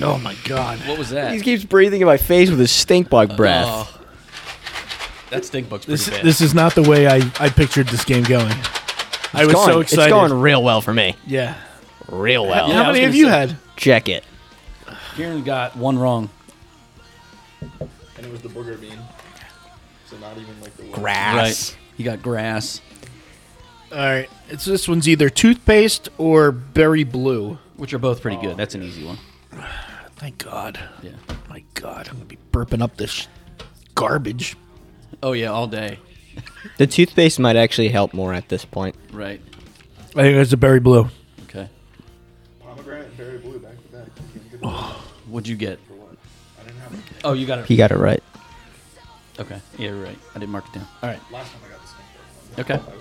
Speaker 1: Oh my god.
Speaker 6: what was that?
Speaker 5: He keeps breathing in my face with his stink bug breath.
Speaker 6: Oh, that stink bug's pretty
Speaker 1: This
Speaker 6: bad.
Speaker 1: this is not the way I I pictured this game going. I was
Speaker 5: It's going-
Speaker 1: so excited.
Speaker 5: It's going real well for me.
Speaker 1: Yeah.
Speaker 5: Real well.
Speaker 6: Yeah, I
Speaker 1: How
Speaker 6: was
Speaker 1: many
Speaker 6: gonna
Speaker 1: have you
Speaker 6: say-
Speaker 1: had?
Speaker 5: Check it.
Speaker 6: Kieran got one wrong.
Speaker 4: And it was the booger bean. So not even like the
Speaker 6: Right. You got grass.
Speaker 1: All right. It's this one's either toothpaste or berry blue.
Speaker 6: Which are both pretty
Speaker 4: Oh,
Speaker 6: good. That's an easy one.
Speaker 1: Thank God.
Speaker 6: Yeah.
Speaker 1: My God, I'm gonna be burping up this garbage.
Speaker 6: Oh yeah, all day.
Speaker 5: The toothpaste might actually help more at this point.
Speaker 6: Right.
Speaker 1: I think it's a berry blue.
Speaker 6: Okay.
Speaker 4: Pomegranate and berry blue back to back.
Speaker 6: What'd you get? Oh, you got it.
Speaker 5: He got it right.
Speaker 6: Okay. Yeah, you're right. I didn't mark it down. All right. Last time I got this. Okay.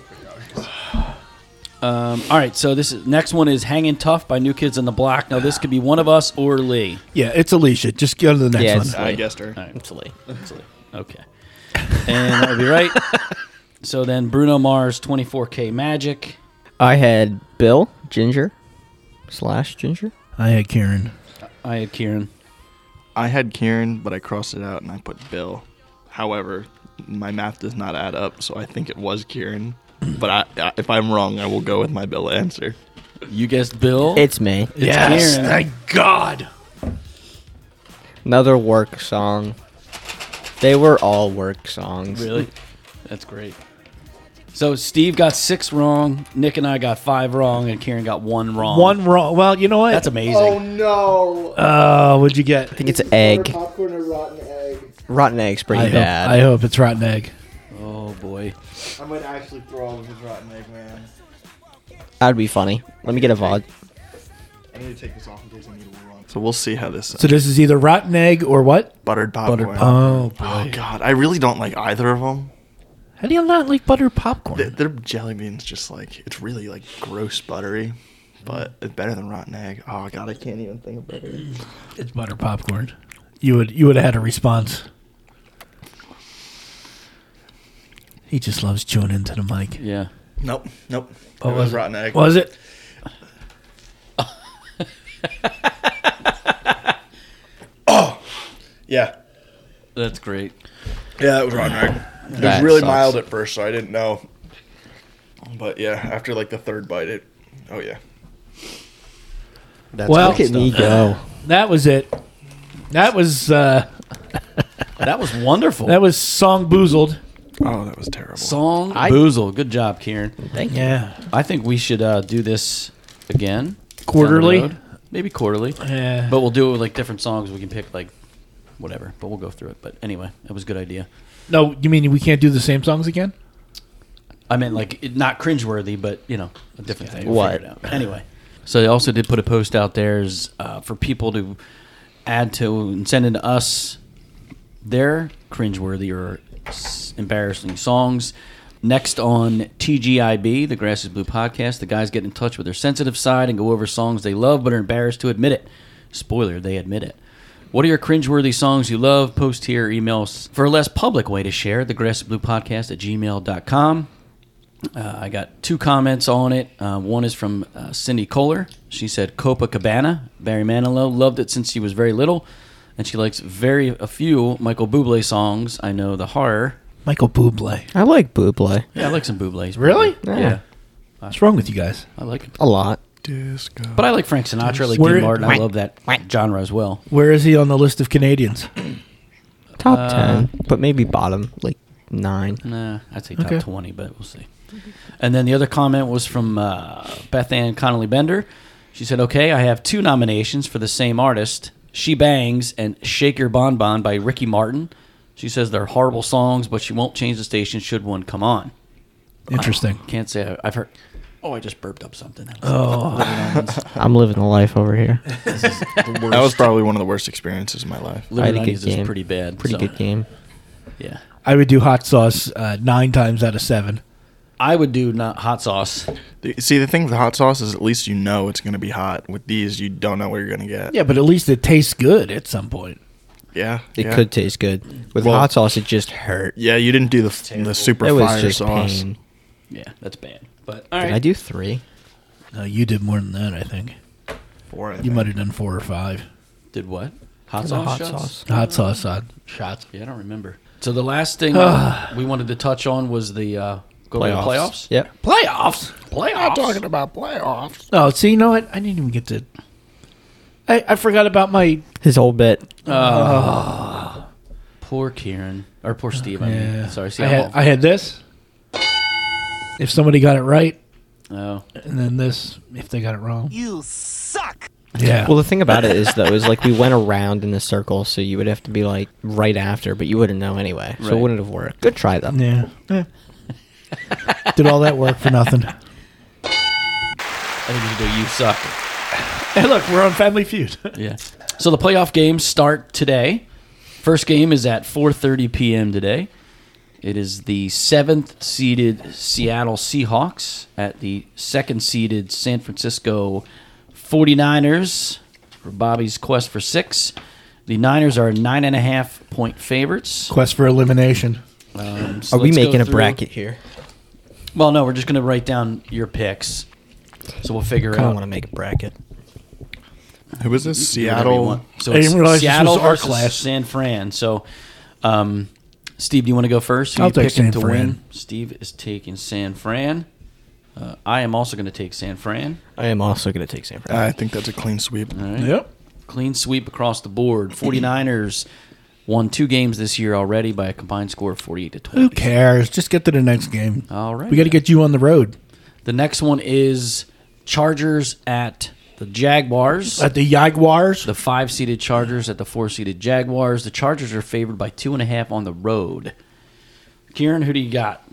Speaker 6: Um, all right. So this is, next one is "Hanging Tough" by New Kids on the Block. Now this could be one of us or Lee.
Speaker 1: Yeah, it's Alicia. Just go to the next
Speaker 5: Yeah,
Speaker 1: one.
Speaker 5: it's-
Speaker 4: I guessed her.
Speaker 6: All right.
Speaker 5: It's late.
Speaker 6: Okay. And that would be right. So then Bruno Mars, 24K Magic.
Speaker 5: I had Bill Ginger slash Ginger.
Speaker 1: I had Karen.
Speaker 6: I had Kieran.
Speaker 4: I had Kieran, but I crossed it out and I put Bill. However, my math does not add up, so I think it was Kieran. But I, I, if I'm wrong, I will go with my Bill answer.
Speaker 6: You guessed Bill.
Speaker 5: It's me.
Speaker 6: Yes, Karen.
Speaker 1: Thank God.
Speaker 5: Another work song. They were all work songs.
Speaker 6: Really? That's great. So Steve got six wrong, Nick and I got five wrong, and Karen got one wrong.
Speaker 1: One Oh. wrong. Well, you know what?
Speaker 6: That's
Speaker 10: Oh,
Speaker 6: amazing.
Speaker 1: Uh, what'd you get?
Speaker 5: I think it's egg.
Speaker 10: Popcorn or rotten egg?
Speaker 5: Rotten egg's pretty
Speaker 1: I hope,
Speaker 5: bad.
Speaker 1: I hope it's rotten egg.
Speaker 6: Oh, boy.
Speaker 10: I might actually throw all of his rotten egg, man.
Speaker 5: That'd be funny. Let me get a VOD.
Speaker 10: I need to take this off in case I need a little run.
Speaker 4: So we'll see how this uh,
Speaker 1: So this is either rotten egg or what?
Speaker 4: buttered popcorn.
Speaker 1: Oh boy.
Speaker 4: Oh God, I really don't like either of them.
Speaker 1: How do you not like buttered popcorn?
Speaker 4: Th- Their jelly beans just like it's really like gross buttery, but it's better than rotten egg. Oh God, I can't even think of better.
Speaker 1: it's buttered popcorn. You would you would have had a response. He just loves chewing into the mic.
Speaker 6: Yeah.
Speaker 4: Nope, nope.
Speaker 1: What
Speaker 4: it
Speaker 1: was
Speaker 4: was
Speaker 1: it?
Speaker 4: rotten egg.
Speaker 1: Was it?
Speaker 4: Yeah,
Speaker 6: That's great.
Speaker 4: yeah, it was rotten egg. It was
Speaker 5: That
Speaker 4: really
Speaker 5: sucks.
Speaker 4: mild at first, so I didn't know. But yeah, after like the third bite, it. Oh yeah.
Speaker 2: That's
Speaker 1: Well-
Speaker 2: good
Speaker 1: Look at
Speaker 2: stuff.
Speaker 5: go.
Speaker 1: That was it. That was uh,
Speaker 6: That was wonderful.
Speaker 1: that was song boozled.
Speaker 4: Oh, that was terrible.
Speaker 6: Song Boozle. Good job, Kieran.
Speaker 5: Thank you.
Speaker 1: Yeah.
Speaker 6: I think we should uh, do this again. down the
Speaker 1: Quarterly?
Speaker 6: road. Maybe quarterly.
Speaker 1: Yeah.
Speaker 6: But we'll do it with like different songs. We can pick like whatever, but we'll go through it. But anyway, that was a good idea.
Speaker 1: No, you mean we can't do the same songs again?
Speaker 6: I meant like it, not cringeworthy, but you know, a different thing. We'll
Speaker 5: What?
Speaker 6: figure it out. Anyway, so they also did put a post out there is, uh, for people to add to and send in to us their cringeworthy or s- embarrassing songs. Next on TGIB, the Grass is Blue podcast, the guys get in touch with their sensitive side and go over songs they love but are embarrassed to admit it. Spoiler, they admit it. What are your cringeworthy songs you love? Post here, email us. For a less public way to share, the Grass is Blue podcast at gmail.com. Uh, I got two comments on it. Uh, one is from uh, Cindy Kohler. She said Copacabana, Barry Manilow, loved it since she was very little, and she likes very a few Michael Bublé songs. I know the horror.
Speaker 1: Michael Bublé.
Speaker 5: I like Buble
Speaker 6: Yeah, I like some Bublés.
Speaker 1: Really?
Speaker 6: Yeah.
Speaker 5: Yeah.
Speaker 1: What's wrong with you guys?
Speaker 6: I like it.
Speaker 5: a lot.
Speaker 6: But I like Frank Sinatra, I like
Speaker 1: Where-
Speaker 6: Dean Martin. I love that genre as well.
Speaker 1: Where is he on the list of Canadians?
Speaker 5: Top
Speaker 6: Uh,
Speaker 5: ten, but maybe bottom like nine.
Speaker 6: Nah, I'd say top
Speaker 1: Okay.
Speaker 6: 20, but we'll see. And then the other comment was from uh, Beth Ann Connolly Bender. She said, Okay, I have two nominations for the same artist. She Bangs and Shake Your Bon Bon by Ricky Martin. She says they're horrible songs, but she won't change the station should one come on.
Speaker 1: Interesting.
Speaker 6: Can't say I- I've heard. Oh, I just burped up something. That
Speaker 5: Oh.
Speaker 6: was- Uh-huh.
Speaker 5: I'm living the life over here.
Speaker 4: That was probably one of the worst experiences of my life.
Speaker 6: Living
Speaker 5: I had a
Speaker 6: on
Speaker 5: good
Speaker 6: Ease is
Speaker 5: game.
Speaker 6: pretty bad.
Speaker 5: Pretty
Speaker 6: so,
Speaker 5: good game.
Speaker 6: Yeah.
Speaker 1: I would do hot sauce uh, nine times out of seven.
Speaker 6: I would do not hot sauce.
Speaker 4: The- See, the thing with hot sauce is at least you know it's going to be hot. With these, you don't know what you're going to get.
Speaker 1: Yeah, but at least it tastes good at some point.
Speaker 4: Yeah.
Speaker 5: It
Speaker 4: yeah.
Speaker 5: could taste good. With hot sauce, it just hurt.
Speaker 4: Yeah, you didn't do the, f- the super
Speaker 5: It was
Speaker 4: fire
Speaker 5: just
Speaker 4: sauce.
Speaker 5: pain.
Speaker 6: Yeah, that's bad. But all
Speaker 5: Did I
Speaker 6: right.
Speaker 5: do three?
Speaker 1: No, Uh, you did more than that, I think.
Speaker 4: Four, I
Speaker 1: You
Speaker 4: think.
Speaker 1: might have done four or five.
Speaker 6: Did what? Hot sauce.
Speaker 5: hot
Speaker 6: shots?
Speaker 5: sauce.
Speaker 1: Hot sauce on Uh, shots.
Speaker 6: Yeah, I don't remember. So the last thing we wanted to touch on was the uh, go to the playoffs.
Speaker 5: Yep.
Speaker 1: Playoffs. Playoffs.
Speaker 4: talking about playoffs.
Speaker 1: No, Oh, see, you know what? I didn't even get to. I, I forgot about my.
Speaker 5: His whole bit.
Speaker 6: Poor Kieran or poor Steve. Oh, I mean, sorry. See,
Speaker 1: I
Speaker 6: I'm
Speaker 1: had,
Speaker 6: all-
Speaker 1: I had this. If somebody got it right,
Speaker 6: oh,
Speaker 1: and then this, if they got it wrong.
Speaker 8: You suck.
Speaker 1: Yeah.
Speaker 5: Well, the thing about it is, though, is like we went around in a circle, so you would have to be like right after, but you wouldn't know anyway, so it
Speaker 6: Right.
Speaker 5: wouldn't have worked. Good try though.
Speaker 1: yeah. yeah. Did all that work for nothing?
Speaker 6: I think you should do you suck.
Speaker 1: Hey, look, we're on Family Feud.
Speaker 6: Yeah. So the playoff games start today. First game is at 4:30 p.m. today. It is the seventh seeded Seattle Seahawks at the second seeded San Francisco 49ers for Bobby's quest for six. The Niners are nine and a half point favorites.
Speaker 1: Quest for elimination.
Speaker 6: Um, so
Speaker 5: Are we
Speaker 6: let's go
Speaker 5: making a
Speaker 6: through-
Speaker 5: bracket here?
Speaker 6: Well, no, we're just going to write down your picks. So we'll figure
Speaker 5: I don't
Speaker 4: Uh,
Speaker 6: out.
Speaker 5: want to make a bracket.
Speaker 4: Who was this?
Speaker 6: whatever you
Speaker 4: Seattle.
Speaker 6: want. So
Speaker 1: I didn't
Speaker 6: it's
Speaker 1: realize this
Speaker 6: Seattle
Speaker 1: was our
Speaker 6: versus
Speaker 1: class.
Speaker 6: San Fran. So, um, Steve, do you want to go first? Who
Speaker 1: I'll
Speaker 6: you
Speaker 1: take
Speaker 6: picking
Speaker 1: San
Speaker 6: to
Speaker 1: Fran.
Speaker 6: win? Steve is taking San Fran. Uh, I am also going to take San Fran.
Speaker 5: I am also going to take San Francisco.
Speaker 4: I think that's a clean sweep.
Speaker 1: Yep.
Speaker 6: Clean sweep across the board. 49ers won two games this year already by a combined score of 48 to 20.
Speaker 1: Who cares? Just get to the next game.
Speaker 6: All right.
Speaker 1: We got to get you on the road
Speaker 6: The next one is Chargers at the Jaguars.
Speaker 1: at the Jaguars.
Speaker 6: The five seeded Chargers at the four seeded Jaguars. The Chargers are favored by two and a half on the road. Kieran, who do you got?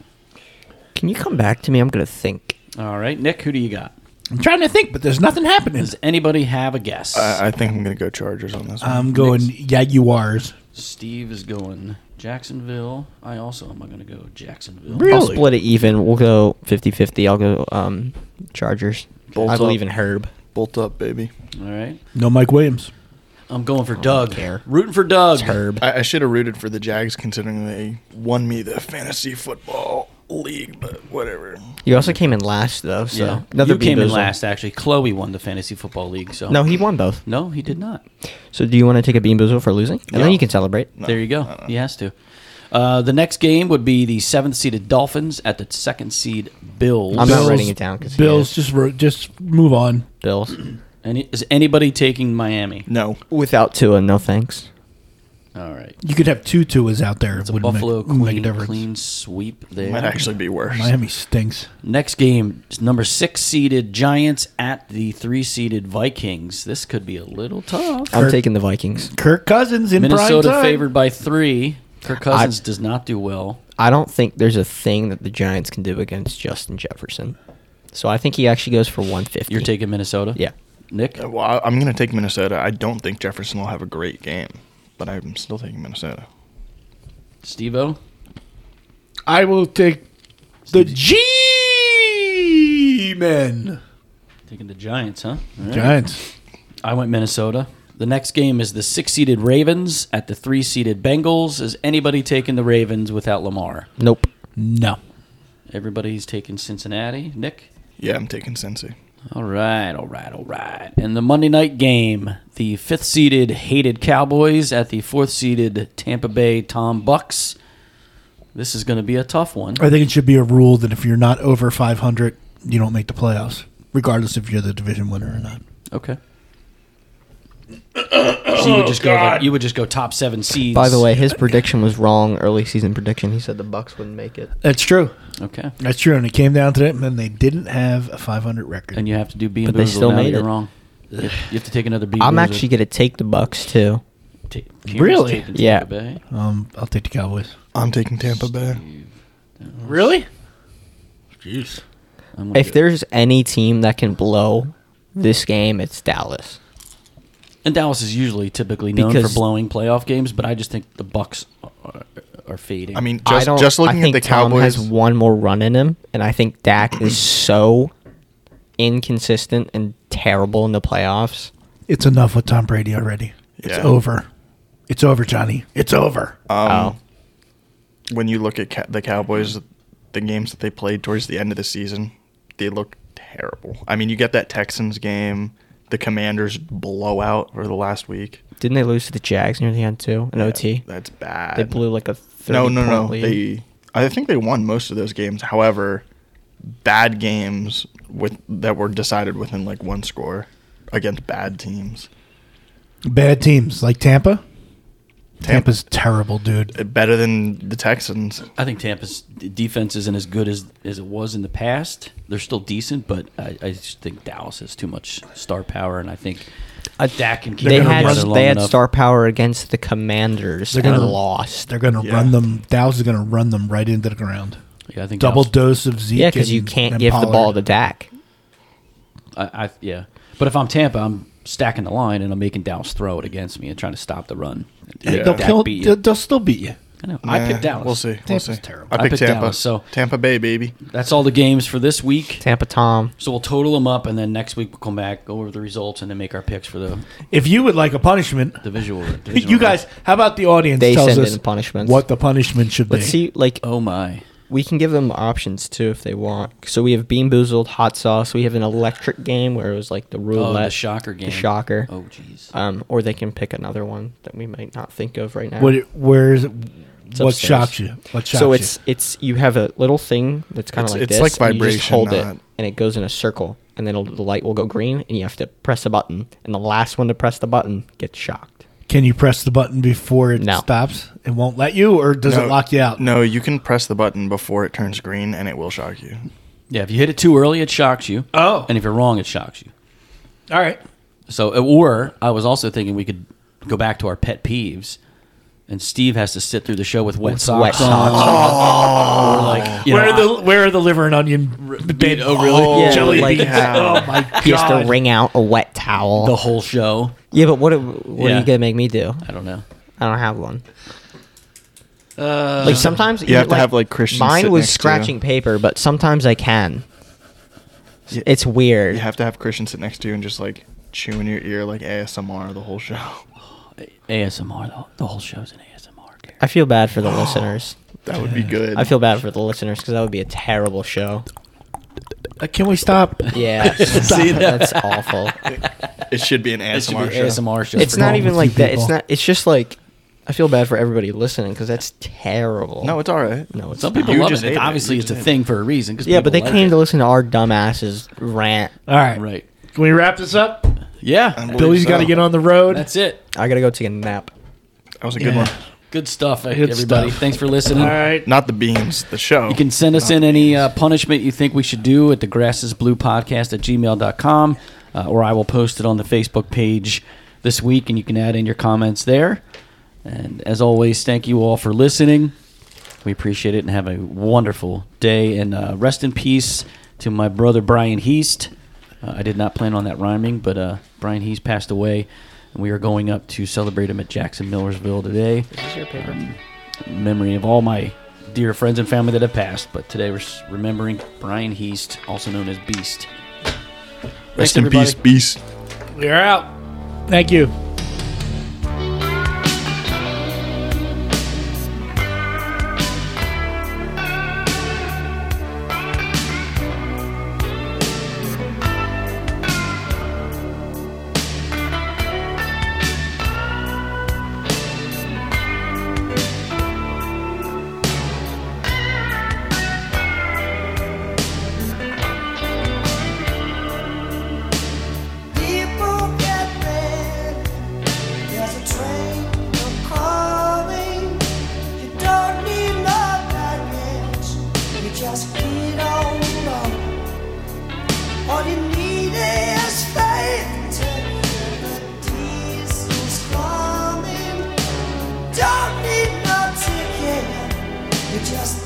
Speaker 5: Can you come back to me? I'm going to think.
Speaker 6: All right, Nick, who do you got?
Speaker 1: I'm trying to think, but there's nothing happening.
Speaker 6: Does anybody have a guess?
Speaker 4: Uh, I, I think I'm going to go Chargers on this one.
Speaker 1: I'm going Jaguars.
Speaker 6: Steve is going Jacksonville. I also am going to go Jacksonville.
Speaker 5: I'll split it even. We'll go 50 50. I'll go um, Chargers.
Speaker 4: Bolt
Speaker 5: I
Speaker 4: up.
Speaker 5: believe in Herb.
Speaker 4: Bolt up, baby.
Speaker 6: All right,
Speaker 1: No Mike Williams.
Speaker 6: I'm going for Doug.
Speaker 5: care.
Speaker 6: Rooting for Doug.
Speaker 5: Herb.
Speaker 4: I, I should have rooted for the Jags considering they won me the fantasy football league, but whatever.
Speaker 5: You also came in last, though, so.
Speaker 6: Yeah,
Speaker 5: Another
Speaker 6: you came in
Speaker 5: Beboozle.
Speaker 6: last. Actually, Chloe won the fantasy football league. So
Speaker 5: No, he won both.
Speaker 6: no, he did not.
Speaker 5: So do you want to take a Bean Boozle for losing? And
Speaker 4: No.
Speaker 5: then you can celebrate.
Speaker 6: there you go. He has to. Uh, the next game would be the seventh seeded Dolphins at the second seed Bills.
Speaker 5: I'm
Speaker 1: Bills-
Speaker 5: not writing it down because
Speaker 1: Bills just ro- just move on.
Speaker 5: Bills
Speaker 6: Any, is anybody taking Miami?
Speaker 4: No.
Speaker 5: without Tua, no thanks.
Speaker 6: All right.
Speaker 1: You could have two Tuas out there. It
Speaker 6: It's a
Speaker 1: wouldn't
Speaker 6: Buffalo
Speaker 1: make, wouldn't make a
Speaker 6: clean,
Speaker 1: difference.
Speaker 6: clean sweep there.
Speaker 4: Might actually be worse.
Speaker 1: Miami stinks.
Speaker 6: Next game, is number six seeded Giants at the three seeded Vikings. This could be a little tough.
Speaker 5: I'm
Speaker 1: Kirk-
Speaker 5: taking the Vikings.
Speaker 1: Kirk Cousins in
Speaker 6: Minnesota
Speaker 1: prime time.
Speaker 6: favored by three. Kirk Cousins does not do well.
Speaker 5: I don't think there's a thing that the Giants can do against Justin Jefferson. So I think he actually goes for 150.
Speaker 6: You're taking Minnesota?
Speaker 5: Yeah.
Speaker 6: Nick?
Speaker 4: Well, I- I'm going to take Minnesota. I don't think Jefferson will have a great game, but I'm still taking Minnesota.
Speaker 6: Steve O?
Speaker 1: I will take the G men.
Speaker 6: Taking the Giants, huh? All right.
Speaker 1: Giants.
Speaker 6: I went Minnesota. The next game is the six seeded Ravens at the three seeded Bengals. Is anybody taking the Ravens without Lamar?
Speaker 5: Nope.
Speaker 1: No.
Speaker 6: Everybody's taking Cincinnati. Nick?
Speaker 4: Yeah, I'm taking Cincy.
Speaker 6: All right, all right, all right. And the Monday night game, the fifth seeded hated Cowboys at the fourth seeded Tampa Bay Tom Bucks. This is going to be a tough one.
Speaker 1: I think it should be a rule that if you're not over 500, you don't make the playoffs, regardless if you're the division winner or not.
Speaker 6: Okay. So you would just go like, you would just go top seven seeds.
Speaker 5: By the way, his prediction was wrong. Early season prediction. He said the Bucks wouldn't make it.
Speaker 1: That's true.
Speaker 6: okay,
Speaker 1: That's true. And it came down to it, and they didn't have a 500 record.
Speaker 6: and you have to do B and
Speaker 5: But they
Speaker 6: Boozled
Speaker 5: still
Speaker 6: now that
Speaker 5: made
Speaker 6: you're
Speaker 5: it.
Speaker 6: wrong. You have you have to take another beat.
Speaker 5: I'm
Speaker 6: Boozer.
Speaker 5: actually gonna take the Bucks too.
Speaker 6: Ta- Kieran's
Speaker 1: Really?
Speaker 6: taking Tampa
Speaker 5: Yeah.
Speaker 6: Bay.
Speaker 1: Um, I'll take the Cowboys.
Speaker 4: I'm taking Tampa Bay.
Speaker 1: Really? Jeez.
Speaker 6: I'm gonna
Speaker 5: If
Speaker 6: do it.
Speaker 5: there's any team that can blow this game, it's Dallas.
Speaker 6: and Dallas is usually typically known for
Speaker 5: Because-
Speaker 6: blowing playoff games, but I just think the Bucks are, are fading.
Speaker 4: I mean,
Speaker 5: I
Speaker 4: just
Speaker 5: don't.
Speaker 4: just looking
Speaker 5: I think
Speaker 4: at the
Speaker 5: Tom
Speaker 4: Cowboys,
Speaker 5: has one more run in him, and I think Dak is so inconsistent and terrible in the playoffs.
Speaker 1: It's enough with Tom Brady already. It's
Speaker 4: Yeah.
Speaker 1: over. It's over, Johnny. It's over.
Speaker 4: Um,
Speaker 5: oh,
Speaker 4: when you look at ca- the Cowboys, the games that they played towards the end of the season, they look terrible. I mean, you get that Texans game, the Commanders blowout over the last week.
Speaker 5: didn't they lose to the Jags near the end too? An OT.
Speaker 4: That's bad.
Speaker 5: They blew like a 30
Speaker 4: no, no, no.
Speaker 5: point lead.
Speaker 4: They, I think they won most of those games. However, bad games with that were decided within like one score against bad teams.
Speaker 1: Bad teams like Tampa.
Speaker 4: Tampa-
Speaker 1: Tampa's terrible, dude.
Speaker 4: Eh, better than the Texans.
Speaker 6: I think Tampa's d- defense isn't as good as, as it was in the past. They're still decent, but I, I just think Dallas has too much star power, and I think
Speaker 5: Uh,
Speaker 6: Dak and keep
Speaker 5: They
Speaker 6: it
Speaker 5: had
Speaker 6: together long
Speaker 5: they had
Speaker 6: enough.
Speaker 5: star power against the Commanders
Speaker 1: They're
Speaker 5: and
Speaker 1: gonna-
Speaker 5: lost.
Speaker 1: They're going to
Speaker 4: Yeah.
Speaker 1: run them. Dallas is going to run them right into the ground.
Speaker 6: Yeah, I think
Speaker 1: Double
Speaker 6: Dallas-
Speaker 1: dose of Zeke.
Speaker 5: Yeah, because you
Speaker 1: and-
Speaker 5: can't
Speaker 1: and
Speaker 5: give the
Speaker 1: Pollard.
Speaker 5: ball to Dak.
Speaker 6: I, I yeah. But if I'm Tampa, I'm stacking the line and I'm making Dallas throw it against me and trying to stop the run. I think
Speaker 1: They'll,
Speaker 6: Dak
Speaker 1: kill,
Speaker 6: beat you.
Speaker 1: they'll, they'll still beat you.
Speaker 6: I, know. I
Speaker 4: Nah,
Speaker 6: picked Dallas.
Speaker 4: We'll see. We'll
Speaker 1: Tampa's
Speaker 4: see.
Speaker 1: terrible.
Speaker 4: I
Speaker 6: I
Speaker 4: picked,
Speaker 6: picked
Speaker 4: Tampa.
Speaker 6: Dallas, so-
Speaker 4: Tampa Bay, baby.
Speaker 6: That's all the games for this week.
Speaker 5: Tampa Tom.
Speaker 6: So we'll total them up, and then next week we'll come back, go over the results, and then make our picks for the
Speaker 1: If you would like a punishment,
Speaker 6: the visual. divisional
Speaker 1: you guys, how about the audience
Speaker 5: They
Speaker 1: tells
Speaker 5: send
Speaker 1: us
Speaker 5: in punishments.
Speaker 1: what the punishment should
Speaker 5: Let's
Speaker 1: be?
Speaker 5: see, like
Speaker 6: round. Oh my!
Speaker 5: we can give them options too if they want. So we have Bean Boozled, Hot Sauce. We have an electric game where it was like the
Speaker 6: Oh,
Speaker 5: roulette,
Speaker 6: the shocker game.
Speaker 5: the shocker.
Speaker 6: Oh jeez.
Speaker 5: Um, or they can pick another one that we might not think of right now.
Speaker 1: What where's what
Speaker 5: upstairs.
Speaker 1: shocks you? What shocks
Speaker 5: so
Speaker 1: you?
Speaker 5: it's it's you have a little thing that's kind of
Speaker 4: It's-
Speaker 5: like
Speaker 4: it's
Speaker 5: this.
Speaker 4: like
Speaker 5: and you just
Speaker 4: vibration,
Speaker 5: hold
Speaker 4: not-
Speaker 5: it, and it goes in a circle, and then it'll- the light will go green, and you have to press a button, and the last one to press the button gets shocked.
Speaker 1: Can you press the button before it
Speaker 5: No.
Speaker 1: stops? It won't let you, or does it lock you out?
Speaker 4: No, you can press the button before it turns green, and it will shock you.
Speaker 6: Yeah, if you hit it too early, it shocks you.
Speaker 1: Oh.
Speaker 6: and if you're wrong, it shocks you.
Speaker 1: All right.
Speaker 6: So, uh, or I was also thinking we could go back to our pet peeves, and Steve has to sit through the show with wet socks
Speaker 5: Wet
Speaker 6: on.
Speaker 5: socks.
Speaker 6: or like, you
Speaker 1: where
Speaker 6: know,
Speaker 1: are the where are the liver and onion bed?
Speaker 6: oh, really?
Speaker 5: Yeah,
Speaker 1: jelly
Speaker 5: like-
Speaker 1: beans.
Speaker 5: Yeah.
Speaker 1: Oh my god!
Speaker 5: He has to wring out a wet towel.
Speaker 6: the whole show?
Speaker 5: yeah, but what what are
Speaker 6: Yeah.
Speaker 5: you gonna make me do?
Speaker 6: I don't know.
Speaker 5: I don't have one. like sometimes
Speaker 4: you have to have, like, Christian
Speaker 5: Mine
Speaker 4: sit
Speaker 5: was
Speaker 4: next to you.
Speaker 5: scratching paper, but sometimes I can. It's weird.
Speaker 4: You have to have Christian sit next to you and just like chew in your ear like ASMR the whole show.
Speaker 6: ASMR. The, the whole show's an ASMR. Gary.
Speaker 5: I feel bad for the listeners.
Speaker 4: That would be good.
Speaker 5: I feel bad for the listeners because that would be a terrible show.
Speaker 1: Uh, Can we stop?
Speaker 5: Yeah,
Speaker 6: See that?
Speaker 5: that's awful.
Speaker 4: it should be an ASMR
Speaker 6: It should be
Speaker 4: show.
Speaker 6: ASMR show.
Speaker 5: It's
Speaker 6: for
Speaker 5: not
Speaker 6: Dalton.
Speaker 5: even
Speaker 1: with
Speaker 5: like
Speaker 1: you
Speaker 5: that. It's
Speaker 1: people.
Speaker 5: not. It's just like I feel bad for everybody listening because that's terrible.
Speaker 4: No, it's all right.
Speaker 5: no, it's
Speaker 6: Some
Speaker 5: not.
Speaker 6: people
Speaker 4: You
Speaker 6: love
Speaker 4: just
Speaker 6: it.
Speaker 4: hate it.
Speaker 6: Obviously,
Speaker 4: You
Speaker 6: it's a
Speaker 4: just
Speaker 6: thing for a reason. 'cause
Speaker 5: Yeah, but they
Speaker 6: people like
Speaker 5: came
Speaker 6: it.
Speaker 5: to listen to our dumbasses rant.
Speaker 1: All right.
Speaker 6: Right. uh,
Speaker 1: Can we wrap this up?
Speaker 6: Yeah.
Speaker 1: Billy's got to get on the road.
Speaker 6: That's it.
Speaker 5: I gotta go take a nap.
Speaker 4: That was a good
Speaker 1: Yeah.
Speaker 4: one.
Speaker 6: Good stuff,
Speaker 1: Good
Speaker 6: everybody.
Speaker 1: stuff.
Speaker 6: Thanks for listening.
Speaker 1: All right.
Speaker 4: Not the beans, the show.
Speaker 6: You can send us in any uh, punishment you think we should do at the grasses blue podcast at gmail.com, uh, or I will post it on the Facebook page this week and you can add in your comments there. And as always, thank you all for listening. We appreciate it and have a wonderful day. And uh, rest in peace to my brother Brian Heast. Uh, I did not plan on that rhyming, but uh, Brian Heast passed away, and we are going up to celebrate him at Jackson Millersville today memory of all my dear friends and family that have passed, but today we're s- remembering Brian Heast, also known as Beast.
Speaker 4: Rest
Speaker 6: Thanks,
Speaker 4: in peace,
Speaker 6: everybody.
Speaker 4: beast.
Speaker 1: We're out. Thank you.
Speaker 7: People get mad
Speaker 3: just